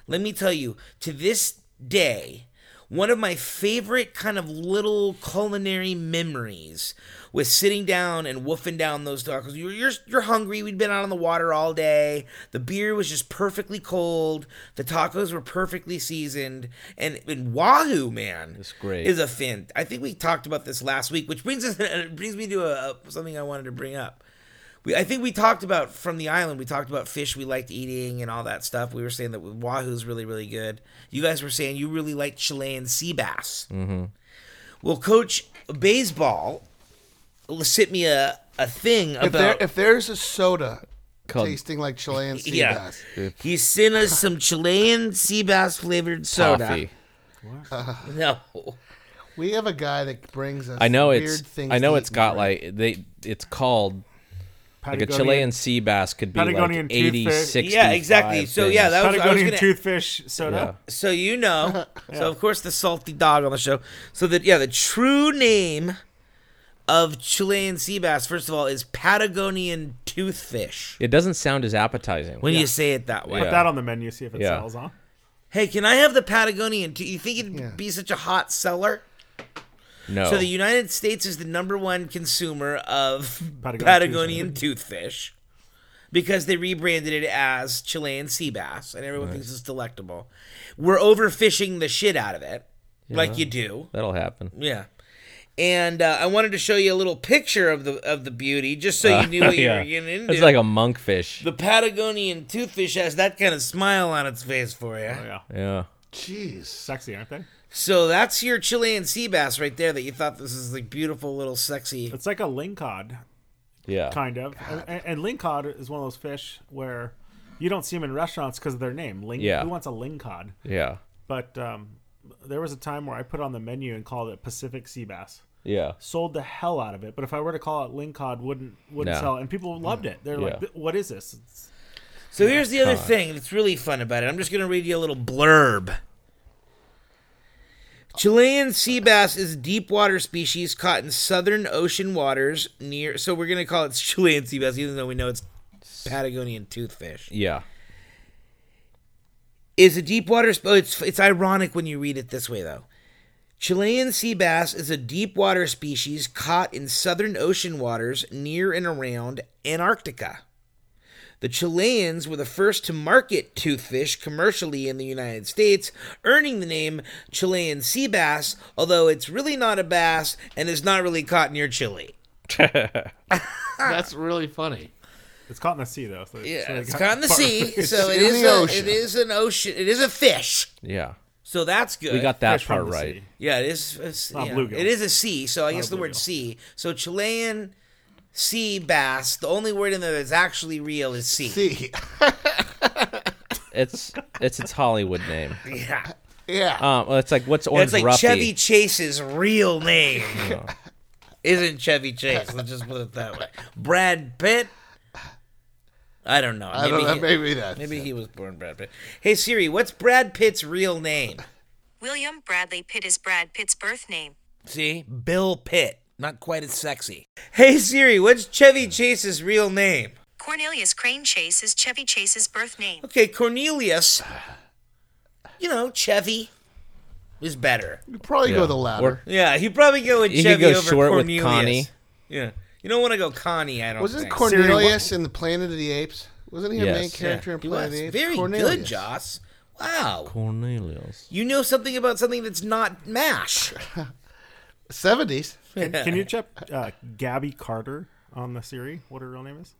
[SPEAKER 1] let me tell you, to this day, one of my favorite kind of little culinary memories was sitting down and woofing down those tacos. You're, you're, you're hungry. We'd been out on the water all day. The beer was just perfectly cold. The tacos were perfectly seasoned. And, and Wahoo, man, it's
[SPEAKER 3] great.
[SPEAKER 1] is a fin. I think we talked about this last week, which brings us (laughs) brings me to a, a- something I wanted to bring up. We, I think we talked about from the island. We talked about fish we liked eating and all that stuff. We were saying that wahoo's really really good. You guys were saying you really liked Chilean sea bass. Mm-hmm. Well, Coach Baseball sent me a a thing
[SPEAKER 2] If, there,
[SPEAKER 1] about.
[SPEAKER 2] if there's a soda
[SPEAKER 3] Called-
[SPEAKER 2] tasting like Chilean sea
[SPEAKER 1] yeah,
[SPEAKER 2] bass,
[SPEAKER 1] he sent us some Chilean sea bass flavored soda.
[SPEAKER 3] Coffee.
[SPEAKER 1] (laughs) No,
[SPEAKER 2] we have a guy that brings us.
[SPEAKER 3] I know
[SPEAKER 2] weird
[SPEAKER 3] it's.
[SPEAKER 2] Things
[SPEAKER 3] I know
[SPEAKER 2] to
[SPEAKER 3] it's
[SPEAKER 2] eat and
[SPEAKER 3] got
[SPEAKER 2] drink.
[SPEAKER 3] like they. It's called like a
[SPEAKER 4] Patagonian-
[SPEAKER 3] Chilean sea bass could be
[SPEAKER 4] Patagonian
[SPEAKER 3] like 80,
[SPEAKER 4] toothpick.
[SPEAKER 3] 60.
[SPEAKER 1] Yeah, exactly. So, yeah, that was- I
[SPEAKER 4] Patagonian
[SPEAKER 1] gonna-
[SPEAKER 4] toothfish soda.
[SPEAKER 1] so you know. So of course the salty dog on the show. So that yeah, the true name of Chilean sea bass, first of all, is Patagonian toothfish.
[SPEAKER 3] It doesn't sound as appetizing.
[SPEAKER 1] When you say it that way.
[SPEAKER 3] Yeah.
[SPEAKER 4] Put that on the menu, see if it
[SPEAKER 3] Yeah.
[SPEAKER 4] sells, huh?
[SPEAKER 1] Hey, can I have the Patagonian? Do you think it'd
[SPEAKER 2] Yeah.
[SPEAKER 1] be such a hot seller?
[SPEAKER 3] no.
[SPEAKER 1] So the United States is the number one consumer of
[SPEAKER 4] Patagonian
[SPEAKER 1] Patagonian toothfish because they rebranded it as Chilean sea bass, and everyone thinks it's delectable. We're overfishing the shit out of it, like you do.
[SPEAKER 3] That'll happen.
[SPEAKER 1] Yeah. And uh, I wanted to show you a little picture of the of the beauty, just so (laughs) you knew what
[SPEAKER 3] (laughs) yeah.
[SPEAKER 1] you were getting into.
[SPEAKER 3] It's like a monkfish.
[SPEAKER 1] the Patagonian toothfish has that kind of smile on its face for you.
[SPEAKER 4] Oh, yeah.
[SPEAKER 3] Yeah.
[SPEAKER 2] Jeez. (laughs)
[SPEAKER 4] Sexy, aren't they?
[SPEAKER 1] So that's your Chilean sea bass right there that you thought this is like beautiful little sexy.
[SPEAKER 4] It's like a lingcod,
[SPEAKER 3] Yeah.
[SPEAKER 4] kind of. And, and lingcod is one of those fish where you don't see them in restaurants because of their name. Ling-
[SPEAKER 3] Yeah.
[SPEAKER 4] Who wants a lingcod?
[SPEAKER 3] Yeah.
[SPEAKER 4] But um, there was a time where I put it on the menu and called it Pacific sea bass.
[SPEAKER 3] Yeah.
[SPEAKER 4] Sold the hell out of it. But if I were to call it lingcod, wouldn't wouldn't
[SPEAKER 3] No.
[SPEAKER 4] sell. And people loved it. They're
[SPEAKER 3] Yeah.
[SPEAKER 4] like, "What is this?" It's,
[SPEAKER 1] So here's the other thing that's really fun about it. I'm just going to read you a little blurb. Chilean sea bass is a deep water species caught in southern ocean waters near. So we're gonna call it (laughs) Chilean sea bass, even though we know it's Patagonian toothfish.
[SPEAKER 3] Yeah.
[SPEAKER 1] is a deep water. Sp- oh, it's it's ironic when you read it this way though. Chilean sea bass is a deep water species caught in southern ocean waters near and around Antarctica. The Chileans were the first to market toothfish commercially in the United States, earning the name Chilean sea bass, although it's really not a bass and is not really caught near Chile.
[SPEAKER 5] That's really funny.
[SPEAKER 4] It's caught in the sea though. So
[SPEAKER 1] Yeah,
[SPEAKER 4] so they
[SPEAKER 1] it's
[SPEAKER 4] got-
[SPEAKER 1] caught in the sea, so it
[SPEAKER 2] in
[SPEAKER 1] is
[SPEAKER 2] the
[SPEAKER 1] a,
[SPEAKER 2] ocean.
[SPEAKER 1] it is an ocean. It is a fish,
[SPEAKER 3] Yeah.
[SPEAKER 1] so that's good.
[SPEAKER 3] We got that
[SPEAKER 4] Fish
[SPEAKER 3] part
[SPEAKER 4] from the
[SPEAKER 3] right.
[SPEAKER 4] sea.
[SPEAKER 1] Yeah, it is. It's,
[SPEAKER 4] Not
[SPEAKER 1] yeah.
[SPEAKER 4] bluegill.
[SPEAKER 1] It is a sea, so I guess the word sea. So Chilean sea bass. The only word in there that's actually real is sea.
[SPEAKER 2] See,
[SPEAKER 3] It's it's its Hollywood name.
[SPEAKER 1] Yeah,
[SPEAKER 4] (laughs)
[SPEAKER 2] yeah.
[SPEAKER 3] Um, well, it's like what's orange
[SPEAKER 1] that's like
[SPEAKER 3] Ruffy?
[SPEAKER 1] Chevy Chase's real name.
[SPEAKER 4] (laughs)
[SPEAKER 1] (laughs) Isn't Chevy Chase? Let's just put it that way. Brad Pitt. I don't know.
[SPEAKER 2] I don't know.
[SPEAKER 1] he,
[SPEAKER 2] Maybe that.
[SPEAKER 1] maybe he was born Brad Pitt. Hey Siri, what's Brad Pitt's real name?
[SPEAKER 6] William Bradley Pitt is Brad Pitt's birth name.
[SPEAKER 1] See, Bill Pitt. Not quite as sexy. Hey Siri, what's Chevy Chase's real name?
[SPEAKER 6] Cornelius Crane Chase is Chevy Chase's birth name.
[SPEAKER 1] Okay, Cornelius. You know, Chevy is better.
[SPEAKER 2] you probably
[SPEAKER 3] Yeah.
[SPEAKER 2] go the latter.
[SPEAKER 1] Yeah, he probably go with
[SPEAKER 3] You could
[SPEAKER 1] Chevy
[SPEAKER 3] go
[SPEAKER 1] over
[SPEAKER 3] short with
[SPEAKER 1] Cornelius.
[SPEAKER 3] Connie.
[SPEAKER 1] Yeah, you don't want to go Connie. I don't.
[SPEAKER 2] Wasn't
[SPEAKER 1] think.
[SPEAKER 2] Cornelius in the Planet of the Apes? Wasn't he a main
[SPEAKER 3] Yes. Yeah,
[SPEAKER 2] character in
[SPEAKER 1] He
[SPEAKER 2] Planet of
[SPEAKER 1] was
[SPEAKER 2] the Apes?
[SPEAKER 1] very
[SPEAKER 2] Cornelius.
[SPEAKER 1] good, Joss. Wow,
[SPEAKER 3] Cornelius.
[SPEAKER 1] you know something about something that's not Mash.
[SPEAKER 2] Seventies.
[SPEAKER 4] Can you check uh, Gabby Carter on the Siri? What her real name is?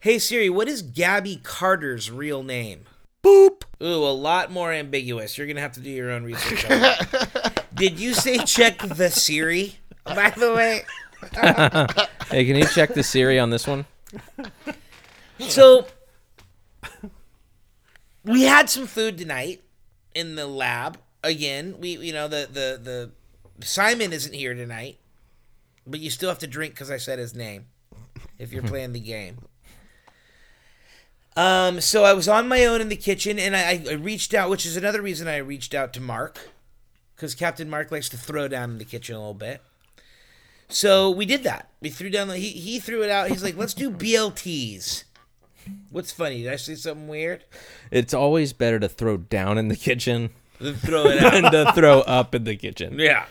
[SPEAKER 1] Hey Siri, what is Gabby Carter's real name? Boop. Ooh, a lot more ambiguous. You're gonna have to do your own research. on
[SPEAKER 2] (laughs)
[SPEAKER 1] that. Did you say check the Siri? By the way.
[SPEAKER 3] Hey, can you check the Siri on this one?
[SPEAKER 1] So we had some food tonight in the lab. Again, we you know the the the Simon isn't here tonight, but you still have to drink because I said his name if you're playing the game. Um, so I was on my own in the kitchen, and I, I reached out, which is another reason I reached out to Mark, because Captain Mark likes to throw down in the kitchen a little bit. So we did that. We threw down. The, he he threw it out. He's like, "Let's do BLTs." What's funny? Did I say something weird?
[SPEAKER 3] It's always better to throw down in the kitchen
[SPEAKER 1] Then throw it
[SPEAKER 3] (laughs)
[SPEAKER 1] out.
[SPEAKER 3] than to uh, throw up in the kitchen.
[SPEAKER 1] yeah.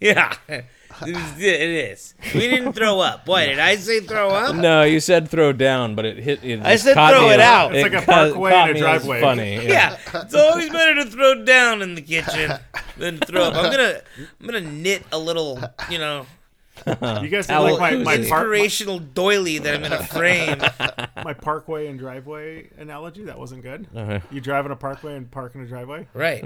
[SPEAKER 1] Yeah. It is- it is. We didn't throw up. Boy, did I say throw up?
[SPEAKER 3] No, you said throw down, but it hit. It
[SPEAKER 1] I
[SPEAKER 3] just
[SPEAKER 1] said
[SPEAKER 3] caught
[SPEAKER 1] throw
[SPEAKER 3] me
[SPEAKER 1] it
[SPEAKER 3] as-
[SPEAKER 1] out.
[SPEAKER 4] It's like a
[SPEAKER 3] caught-
[SPEAKER 4] parkway
[SPEAKER 3] caught
[SPEAKER 4] and a
[SPEAKER 3] me as
[SPEAKER 4] driveway.
[SPEAKER 3] Funny. (laughs)
[SPEAKER 4] (laughs)
[SPEAKER 1] Yeah. It's always better to throw down in the kitchen than throw up. I'm gonna I'm gonna knit a little, you know,
[SPEAKER 4] You guys are like my,
[SPEAKER 3] Who's
[SPEAKER 4] my, park, my,
[SPEAKER 1] inspirational doily that I'm gonna frame.
[SPEAKER 4] my parkway and driveway analogy. That wasn't good.
[SPEAKER 1] Uh-huh.
[SPEAKER 4] You drive in a parkway and park in a driveway.
[SPEAKER 1] Right.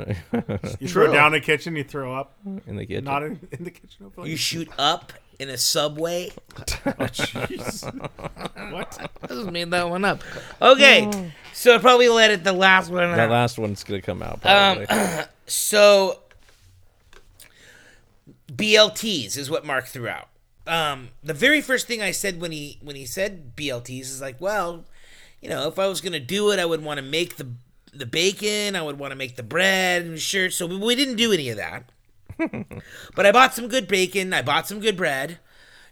[SPEAKER 4] You
[SPEAKER 2] True.
[SPEAKER 4] throw down a kitchen, you throw up.
[SPEAKER 3] in the kitchen.
[SPEAKER 4] Not in, in the kitchen. Hopefully. (laughs)
[SPEAKER 1] You shoot up in a subway.
[SPEAKER 4] Jeez. what?
[SPEAKER 1] I just made that one up. Okay. So I probably let it the last one out.
[SPEAKER 3] that last one's gonna come out.
[SPEAKER 1] Um,
[SPEAKER 3] Probably.
[SPEAKER 1] So BLTs is what Mark threw out. Um, the very first thing I said when he when he said BLTs is like, well, you know, if I was gonna do it, I would want to make the the bacon, I would want to make the bread and shirts. So we, we didn't do any of that. but I bought some good bacon, I bought some good bread,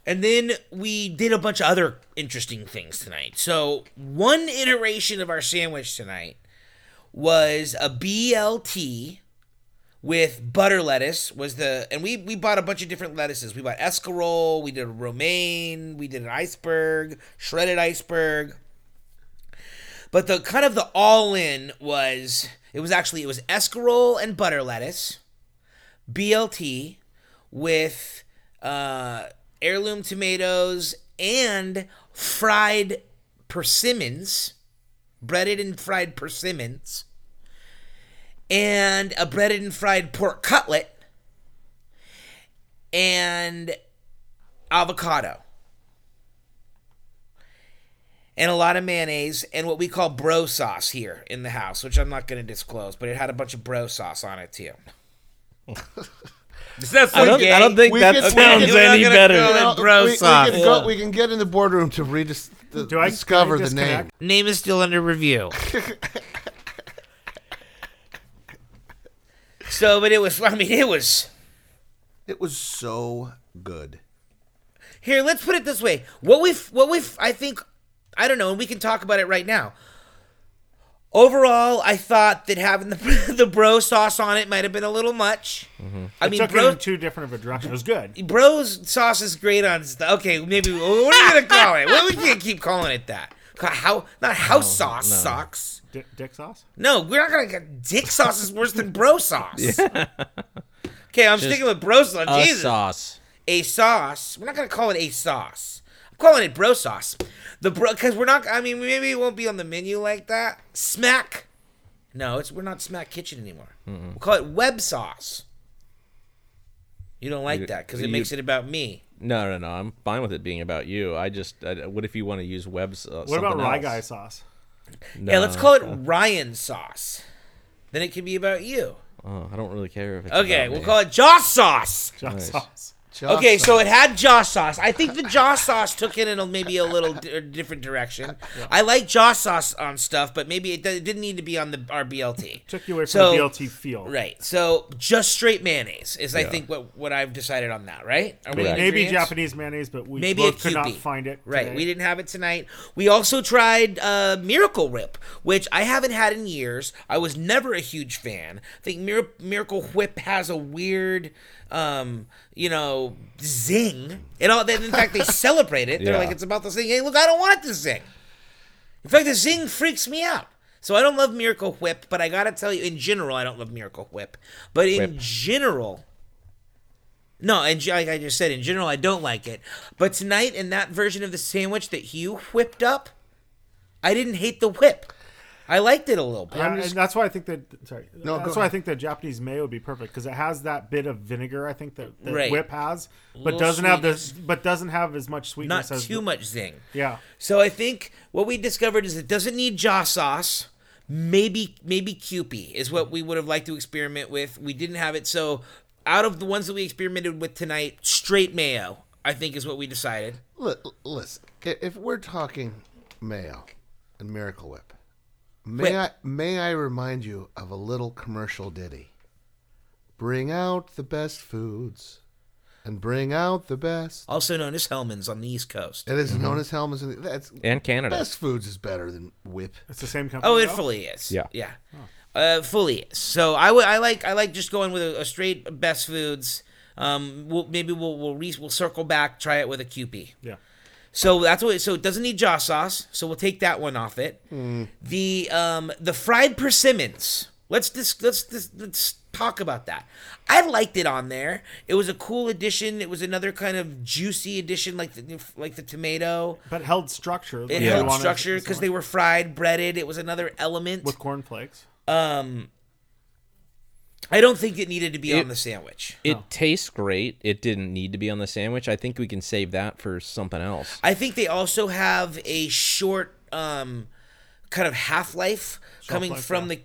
[SPEAKER 1] and then we did a bunch of other interesting things tonight. So one iteration of our sandwich tonight was a BLT with butter lettuce was the and we we bought a bunch of different lettuces. We bought escarole, we did a romaine, we did an iceberg, shredded iceberg. But the kind of the all in was it was actually it was escarole and butter lettuce, BLT with uh, heirloom tomatoes and fried persimmons, breaded and fried persimmons and a breaded and fried pork cutlet and avocado and a lot of mayonnaise and what we call bro sauce here in the house which i'm not going to disclose but it had a bunch of bro sauce on it too Does that
[SPEAKER 3] I don't. I don't think
[SPEAKER 2] We
[SPEAKER 3] that
[SPEAKER 2] could- we
[SPEAKER 3] sounds
[SPEAKER 1] could-
[SPEAKER 3] any
[SPEAKER 1] we're not gonna
[SPEAKER 3] better.
[SPEAKER 1] go-
[SPEAKER 2] Well,
[SPEAKER 1] bro
[SPEAKER 2] we, we
[SPEAKER 1] sauce.
[SPEAKER 2] can go, we can get in the boardroom to redis- the,
[SPEAKER 4] Do I-
[SPEAKER 2] discover
[SPEAKER 4] do I
[SPEAKER 2] the name.
[SPEAKER 4] disconnect?
[SPEAKER 1] name is still under review So, but it was. I mean, it was.
[SPEAKER 2] It was so good.
[SPEAKER 1] Here, let's put it this way: what we've, what we've, I think, I don't know, and we can talk about it right now. Overall, I thought that having the (laughs) the bro sauce on it might have been a little much.
[SPEAKER 2] Mm-hmm.
[SPEAKER 1] I mean,
[SPEAKER 4] Took it
[SPEAKER 1] bro,
[SPEAKER 4] in two different of a direction. It was good.
[SPEAKER 1] bro's sauce is great on stuff. Okay, maybe what are we gonna call it? What are we gonna keep calling it that? Ca- How not house sauce socks?
[SPEAKER 4] D- dick sauce.
[SPEAKER 1] No, we're not gonna get dick sauce is worse than bro sauce. (laughs) Okay, I'm sticking with bro sauce.
[SPEAKER 3] A
[SPEAKER 1] Jesus.
[SPEAKER 3] sauce.
[SPEAKER 1] a sauce. We're not gonna call it a sauce. I'm calling it bro sauce. The bro, because we're not. I mean, maybe it won't be on the menu like that. Smack. No, it's we're not Smack Kitchen anymore. We'll call it Web Sauce. You don't like that because it
[SPEAKER 3] you-
[SPEAKER 1] makes it about me.
[SPEAKER 3] No, no, no. I'm fine with it being about you. I just, I, what if you want to use webs? Uh,
[SPEAKER 4] What about
[SPEAKER 3] something
[SPEAKER 4] rye
[SPEAKER 3] else?
[SPEAKER 4] guy sauce?
[SPEAKER 3] No,
[SPEAKER 1] yeah, let's call it Ryan Sauce. Then it can be about you.
[SPEAKER 3] Oh, I don't really care if it's
[SPEAKER 1] Okay,
[SPEAKER 3] about
[SPEAKER 1] we'll
[SPEAKER 3] me.
[SPEAKER 1] call it Joss Sauce.
[SPEAKER 4] Joss sauce.
[SPEAKER 2] Josh,
[SPEAKER 1] Okay, so it had jaw sauce. I think the jaw sauce took it in a, maybe a little di- different direction. I like jaw sauce on stuff, but maybe it, d- it didn't need to be on the RBLT.
[SPEAKER 4] Took you away from
[SPEAKER 1] So-
[SPEAKER 4] the BLT feel.
[SPEAKER 1] Right. So just straight mayonnaise is, I think, what what I've decided on that. Right? Are we in
[SPEAKER 3] Right.
[SPEAKER 4] Maybe
[SPEAKER 1] agreeance?
[SPEAKER 4] Japanese mayonnaise, but we
[SPEAKER 1] Maybe
[SPEAKER 4] both
[SPEAKER 1] a
[SPEAKER 4] could not
[SPEAKER 1] QB.
[SPEAKER 4] find it.
[SPEAKER 1] Right.
[SPEAKER 4] today.
[SPEAKER 1] We didn't have it tonight. We also tried uh, Miracle Whip, which I haven't had in years. I was never a huge fan. I think Mir- Miracle Whip has a weird, um, you know, zing. And all that. In fact,
[SPEAKER 4] (laughs)
[SPEAKER 1] they celebrate it. They're
[SPEAKER 3] Yeah.
[SPEAKER 1] like, it's about the zing. Hey, look, I don't want it to zing. In fact, the zing freaks me out. So I don't love Miracle Whip, but I gotta tell you, in general, I don't love Miracle Whip. But in
[SPEAKER 3] Whip.
[SPEAKER 1] general, no, and ge- like I just said, in general, I don't like it. But tonight, in that version of the sandwich that Hugh whipped up, I didn't hate the whip. I liked it a little bit.
[SPEAKER 4] Yeah, and that's why I think that. Sorry,
[SPEAKER 2] No,
[SPEAKER 4] that's
[SPEAKER 2] go
[SPEAKER 4] why I
[SPEAKER 2] ahead.
[SPEAKER 4] think the Japanese mayo would be perfect because it has that bit of vinegar. I think that, that
[SPEAKER 1] Right.
[SPEAKER 4] whip has, but
[SPEAKER 1] Little
[SPEAKER 4] doesn't have this,
[SPEAKER 1] sweetness.
[SPEAKER 4] but doesn't have as much sweetness
[SPEAKER 1] Not
[SPEAKER 4] as
[SPEAKER 1] too
[SPEAKER 4] the-
[SPEAKER 1] much zing.
[SPEAKER 4] Yeah,
[SPEAKER 1] So I think what we discovered is it doesn't need jaw sauce. Maybe maybe Kewpie is what we would have liked to experiment with. We didn't have it, so out of the ones that we experimented with tonight, straight mayo, I think is what we decided.
[SPEAKER 2] li- listen. i- If we're talking mayo and Miracle Whip, may
[SPEAKER 1] Whip.
[SPEAKER 2] I may I remind you of a little commercial ditty? Bring out the best foods, and bring out the best.
[SPEAKER 1] Also known as Hellman's on the East Coast.
[SPEAKER 2] It is known as Helms. and That's
[SPEAKER 3] And Canada.
[SPEAKER 2] best foods is better than Whip.
[SPEAKER 4] it's the same company.
[SPEAKER 1] Oh, it
[SPEAKER 4] though.
[SPEAKER 1] fully is.
[SPEAKER 3] Yeah.
[SPEAKER 1] yeah, uh, fully is. So I would I like I like just going with a, a straight best foods. Um, we'll, maybe we'll we'll re- we'll circle back, try it with a Kewpie.
[SPEAKER 4] Yeah,
[SPEAKER 1] So that's what. So it doesn't need jaw sauce. So we'll take that one off it.
[SPEAKER 4] Mm.
[SPEAKER 1] The um the fried persimmons. Let's dis- let's dis- let's talk about that. I liked it on there. It was a cool addition. It was another kind of juicy addition, like the like the tomato.
[SPEAKER 4] but held structure. like
[SPEAKER 1] It
[SPEAKER 4] you
[SPEAKER 1] held
[SPEAKER 4] wanted-
[SPEAKER 1] structure because they were fried, breaded. It was another element.
[SPEAKER 4] with cornflakes.
[SPEAKER 1] I don't think it needed to be on the sandwich.
[SPEAKER 3] it tastes great. It didn't need to be on the sandwich. I think we can save that for something else.
[SPEAKER 1] I think they also have a short um, kind of half life coming
[SPEAKER 4] life,
[SPEAKER 1] from the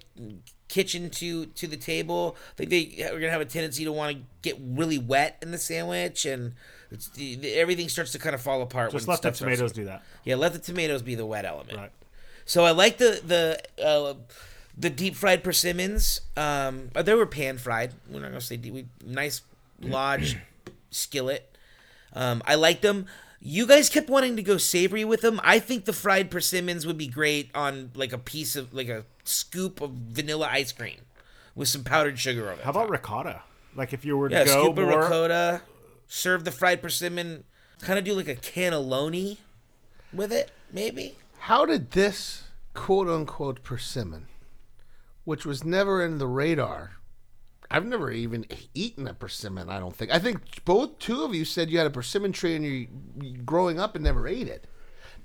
[SPEAKER 1] kitchen to to the table. I think they are gonna have a tendency to want to get really wet in the sandwich, and it's, the, the- everything starts to kind of fall apart.
[SPEAKER 4] Just
[SPEAKER 1] when
[SPEAKER 4] let the
[SPEAKER 1] stuff starts-
[SPEAKER 4] tomatoes do that.
[SPEAKER 1] Yeah, let the tomatoes be the wet element.
[SPEAKER 4] Right.
[SPEAKER 1] So I like the the uh, the deep fried persimmons. Um, uh, they were pan fried. We're not gonna say deep. We, nice lodge (clears throat) skillet. Um, I liked them. You guys kept wanting to go savory with them. I think the fried persimmons would be great on like a piece of like a scoop of vanilla ice cream with some powdered sugar on it.
[SPEAKER 4] How about ricotta? Like if you were to
[SPEAKER 1] yeah,
[SPEAKER 4] go
[SPEAKER 1] scoop of
[SPEAKER 4] more,
[SPEAKER 1] ricotta? Serve the fried persimmon. Kind of do like a cannelloni with it, maybe.
[SPEAKER 2] How did this quote unquote persimmon, which was never in the radar, I've never even eaten a persimmon, I don't think. I think both two of you said you had a persimmon tree and you growing up and never ate it.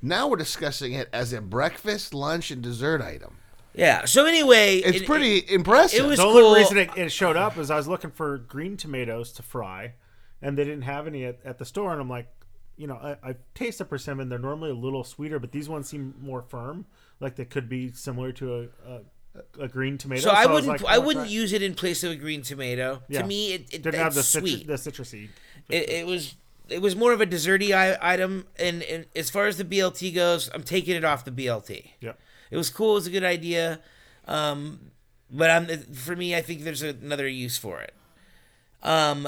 [SPEAKER 2] Now we're discussing it as a breakfast, lunch, and dessert item.
[SPEAKER 1] Yeah. So anyway,
[SPEAKER 2] It's
[SPEAKER 1] it-
[SPEAKER 2] pretty impressive.
[SPEAKER 1] it was-
[SPEAKER 4] the only
[SPEAKER 1] cool.
[SPEAKER 4] reason it, it showed up is I was looking for green tomatoes to fry, and they didn't have any at, at the store. And I'm like, you know, I, I taste a persimmon. They're normally a little sweeter, but these ones seem more firm. Like they could be similar to a, a, a green tomato.
[SPEAKER 1] So I
[SPEAKER 4] was
[SPEAKER 1] wouldn't
[SPEAKER 4] like,
[SPEAKER 1] I
[SPEAKER 4] I'm gonna
[SPEAKER 1] wouldn't
[SPEAKER 4] try it.
[SPEAKER 1] use it in place of a green tomato.
[SPEAKER 4] Yeah.
[SPEAKER 1] To me, it, it
[SPEAKER 4] Didn't have
[SPEAKER 1] it's
[SPEAKER 4] the,
[SPEAKER 1] sweet.
[SPEAKER 4] Citru- the citrusy.
[SPEAKER 1] it, it was it was more of a desserty I- item. And, and as far as the BLT goes, I'm taking it off the BLT.
[SPEAKER 4] Yeah.
[SPEAKER 1] It was cool. It was a good idea. Um, but I'm, for me, I think there's another use for it. Um,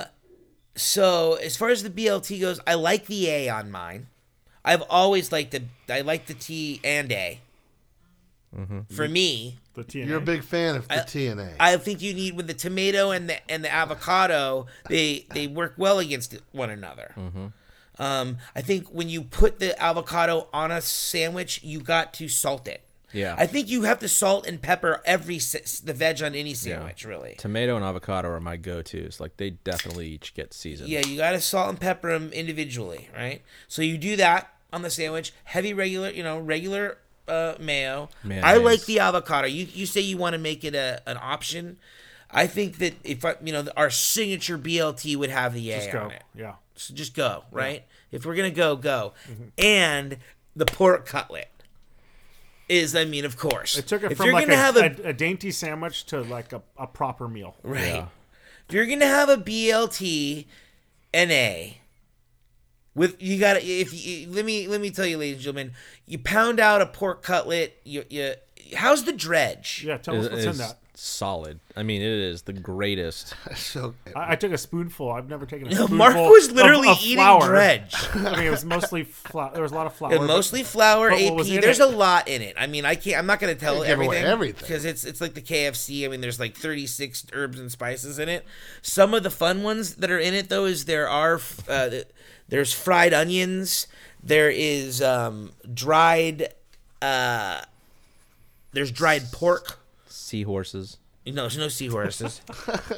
[SPEAKER 1] so as far as the BLT goes, I like the A on mine. I've always liked the I like the T and A. For me,
[SPEAKER 4] The TNA.
[SPEAKER 2] You're a big fan of the TNA.
[SPEAKER 1] I think you need when the tomato and the and the avocado they they work well against one another. Um, I think when you put the avocado on a sandwich, you got to salt it.
[SPEAKER 3] Yeah.
[SPEAKER 1] I think you have to salt and pepper every s- the veg on any sandwich, really.
[SPEAKER 3] Tomato and avocado are my go-tos. Like they definitely each get seasoned.
[SPEAKER 1] Yeah, you got to salt and pepper them individually, right? So you do that on the sandwich. Heavy regular, you know, regular uh, mayo. I
[SPEAKER 3] Mayonnaise.
[SPEAKER 1] like the avocado. You you say you want to make it a an option. I think that if I, you know our signature BLT would have the A
[SPEAKER 4] Just
[SPEAKER 1] on
[SPEAKER 4] go.
[SPEAKER 1] it.
[SPEAKER 4] Yeah.
[SPEAKER 1] So just go, right? If we're gonna go, go.
[SPEAKER 4] Mm-hmm.
[SPEAKER 1] And the pork cutlet is, I mean, of course.
[SPEAKER 4] It took it
[SPEAKER 1] if
[SPEAKER 4] from
[SPEAKER 1] you're
[SPEAKER 4] like
[SPEAKER 1] gonna
[SPEAKER 4] a,
[SPEAKER 1] have a
[SPEAKER 4] a, a dainty sandwich to like a, a proper meal.
[SPEAKER 1] Right. If you're gonna have a BLT and A with you got to if you let me let me tell you, ladies and gentlemen, you pound out a pork cutlet. You, you how's the dredge?
[SPEAKER 4] Yeah. Tell
[SPEAKER 3] It
[SPEAKER 4] us what's in
[SPEAKER 3] is
[SPEAKER 4] that.
[SPEAKER 3] solid. I mean, it is the greatest.
[SPEAKER 2] so
[SPEAKER 4] I, I took a spoonful. I've never taken a
[SPEAKER 1] No,
[SPEAKER 4] spoonful.
[SPEAKER 1] Mark was
[SPEAKER 4] of-
[SPEAKER 1] literally
[SPEAKER 4] of
[SPEAKER 1] eating
[SPEAKER 4] flour.
[SPEAKER 1] dredge.
[SPEAKER 4] (laughs) I mean, it was mostly flour. There was a lot of flour.
[SPEAKER 1] And
[SPEAKER 4] but-
[SPEAKER 1] mostly flour
[SPEAKER 4] but what
[SPEAKER 1] AP.
[SPEAKER 4] was in
[SPEAKER 1] There's
[SPEAKER 4] it?
[SPEAKER 1] a lot in it. I mean, I can't. I'm not gonna tell
[SPEAKER 2] Can't give away
[SPEAKER 1] everything.
[SPEAKER 2] everything.
[SPEAKER 1] because it's it's like the KFC. I mean, there's like 36 herbs and spices in it. Some of the fun ones that are in it though is there are uh, there's fried onions. There is um, dried. Uh, there's dried pork.
[SPEAKER 3] Seahorses.
[SPEAKER 1] No, there's no
[SPEAKER 4] (laughs)
[SPEAKER 1] seahorses.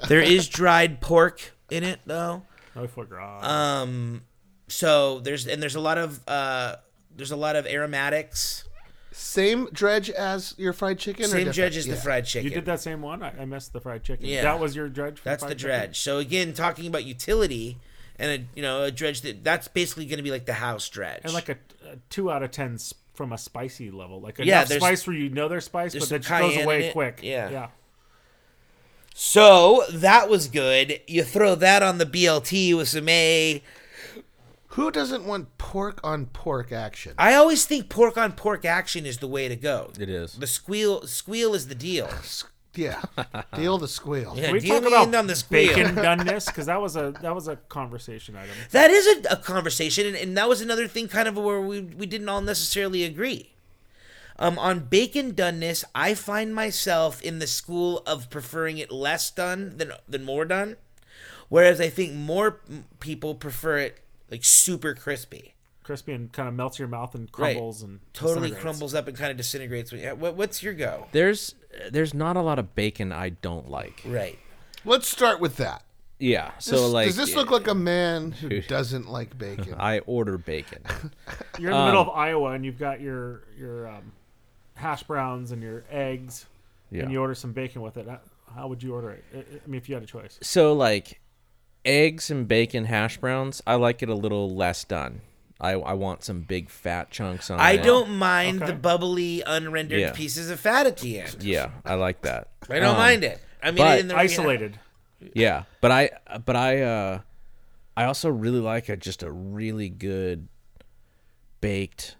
[SPEAKER 1] there is dried pork in it though.
[SPEAKER 4] I forgot.
[SPEAKER 1] Um, so there's and there's a lot of uh, there's a lot of aromatics.
[SPEAKER 2] same dredge as your fried chicken. or
[SPEAKER 1] Same
[SPEAKER 2] different?
[SPEAKER 1] dredge as the
[SPEAKER 2] Yeah.
[SPEAKER 1] fried chicken.
[SPEAKER 4] you did that same one. I, I missed the fried chicken.
[SPEAKER 1] Yeah.
[SPEAKER 4] That was your dredge. for
[SPEAKER 1] That's the
[SPEAKER 4] fried chicken?
[SPEAKER 1] dredge. So again, talking about utility and a you know a dredge that that's basically going to be like the house dredge.
[SPEAKER 4] And like a, a two out of ten s- from a spicy level. Like
[SPEAKER 1] Yeah,
[SPEAKER 4] enough
[SPEAKER 1] there's-
[SPEAKER 4] spice where you know they're spice,
[SPEAKER 1] there's
[SPEAKER 4] but that
[SPEAKER 1] some
[SPEAKER 4] goes
[SPEAKER 1] cayenne in
[SPEAKER 4] away
[SPEAKER 1] it.
[SPEAKER 4] quick.
[SPEAKER 1] Yeah.
[SPEAKER 4] Yeah.
[SPEAKER 1] so that was good. You throw that on the BLT with some A.
[SPEAKER 2] Who doesn't want pork on pork action?
[SPEAKER 1] I always think pork on pork action is the way to go.
[SPEAKER 3] It is.
[SPEAKER 1] The squeal squeal is the deal. (laughs)
[SPEAKER 2] yeah, deal the squeal.
[SPEAKER 1] Yeah,
[SPEAKER 4] Can we
[SPEAKER 1] deal
[SPEAKER 4] talk
[SPEAKER 1] me
[SPEAKER 4] about
[SPEAKER 1] in on the squeal. (laughs)
[SPEAKER 4] bacon doneness because that was a that was a conversation item.
[SPEAKER 1] That is a, a conversation, and, and that was another thing, kind of where we we didn't all necessarily agree. Um, on bacon doneness, I find myself in the school of preferring it less done than than more done, whereas I think more m- people prefer it like super crispy,
[SPEAKER 4] Crispy and kind of melts your mouth and crumbles and
[SPEAKER 1] totally
[SPEAKER 4] disintegrates.
[SPEAKER 1] crumbles up and kind of disintegrates. Yeah, What, what's your go?
[SPEAKER 3] There's there's not a lot of bacon I don't like.
[SPEAKER 1] Right.
[SPEAKER 2] Let's start with that.
[SPEAKER 3] Yeah. So
[SPEAKER 2] This-
[SPEAKER 3] like
[SPEAKER 2] does this look like a man who doesn't like bacon?
[SPEAKER 3] I order bacon.
[SPEAKER 4] You're in the
[SPEAKER 1] Um,
[SPEAKER 4] middle of Iowa and you've got your your um, hash browns and your eggs,
[SPEAKER 3] Yeah.
[SPEAKER 4] and you order some bacon with it. How- How would you order it? I- I mean, if you had a choice,
[SPEAKER 3] so like eggs and bacon hash browns, I like it a little less done. I, I want some big fat chunks on
[SPEAKER 1] I
[SPEAKER 3] it.
[SPEAKER 1] don't mind
[SPEAKER 4] Okay.
[SPEAKER 1] the bubbly, unrendered
[SPEAKER 3] Yeah.
[SPEAKER 1] pieces of fat at the end.
[SPEAKER 3] Yeah, I like that.
[SPEAKER 1] I don't
[SPEAKER 3] Um,
[SPEAKER 1] mind it. I mean,
[SPEAKER 3] but
[SPEAKER 1] in the
[SPEAKER 4] isolated.
[SPEAKER 3] Yeah, but I but I uh I also really like a just a really good baked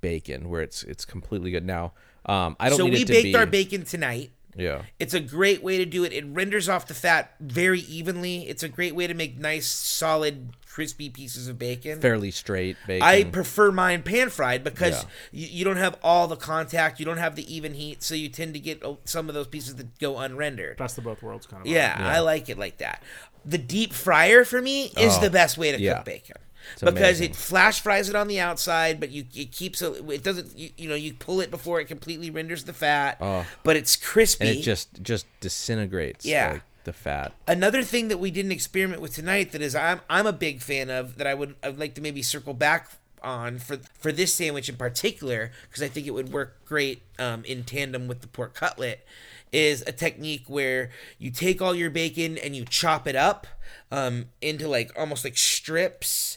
[SPEAKER 3] bacon where it's it's completely good. Now, um I don't
[SPEAKER 1] So
[SPEAKER 3] need
[SPEAKER 1] we
[SPEAKER 3] it to
[SPEAKER 1] baked
[SPEAKER 3] be
[SPEAKER 1] our bacon tonight.
[SPEAKER 3] Yeah.
[SPEAKER 1] It's a great way to do it. It renders off the fat very evenly. It's a great way to make nice, solid, crispy pieces of bacon.
[SPEAKER 3] Fairly straight bacon.
[SPEAKER 1] I prefer mine pan fried because you, you don't have all the contact, you don't have the even heat, so you tend to get uh, some of those pieces that go unrendered.
[SPEAKER 4] Best of both worlds, kind of.
[SPEAKER 1] Yeah, I like it like that. The deep fryer for me is the best way to
[SPEAKER 3] Oh, yeah.
[SPEAKER 1] cook bacon because
[SPEAKER 3] amazing.
[SPEAKER 1] it flash fries it on the outside, but you it keeps a, it doesn't you, you know you pull it before it completely renders the fat, but it's crispy.
[SPEAKER 3] Oh. and it just just disintegrates
[SPEAKER 1] Yeah.
[SPEAKER 3] like, the fat.
[SPEAKER 1] Another thing that we didn't experiment with tonight that is I'm I'm a big fan of that I would I'd like to maybe circle back on for for this sandwich in particular because I think it would work great um, in tandem with the pork cutlet is a technique where you take all your bacon and you chop it up um, into like almost like strips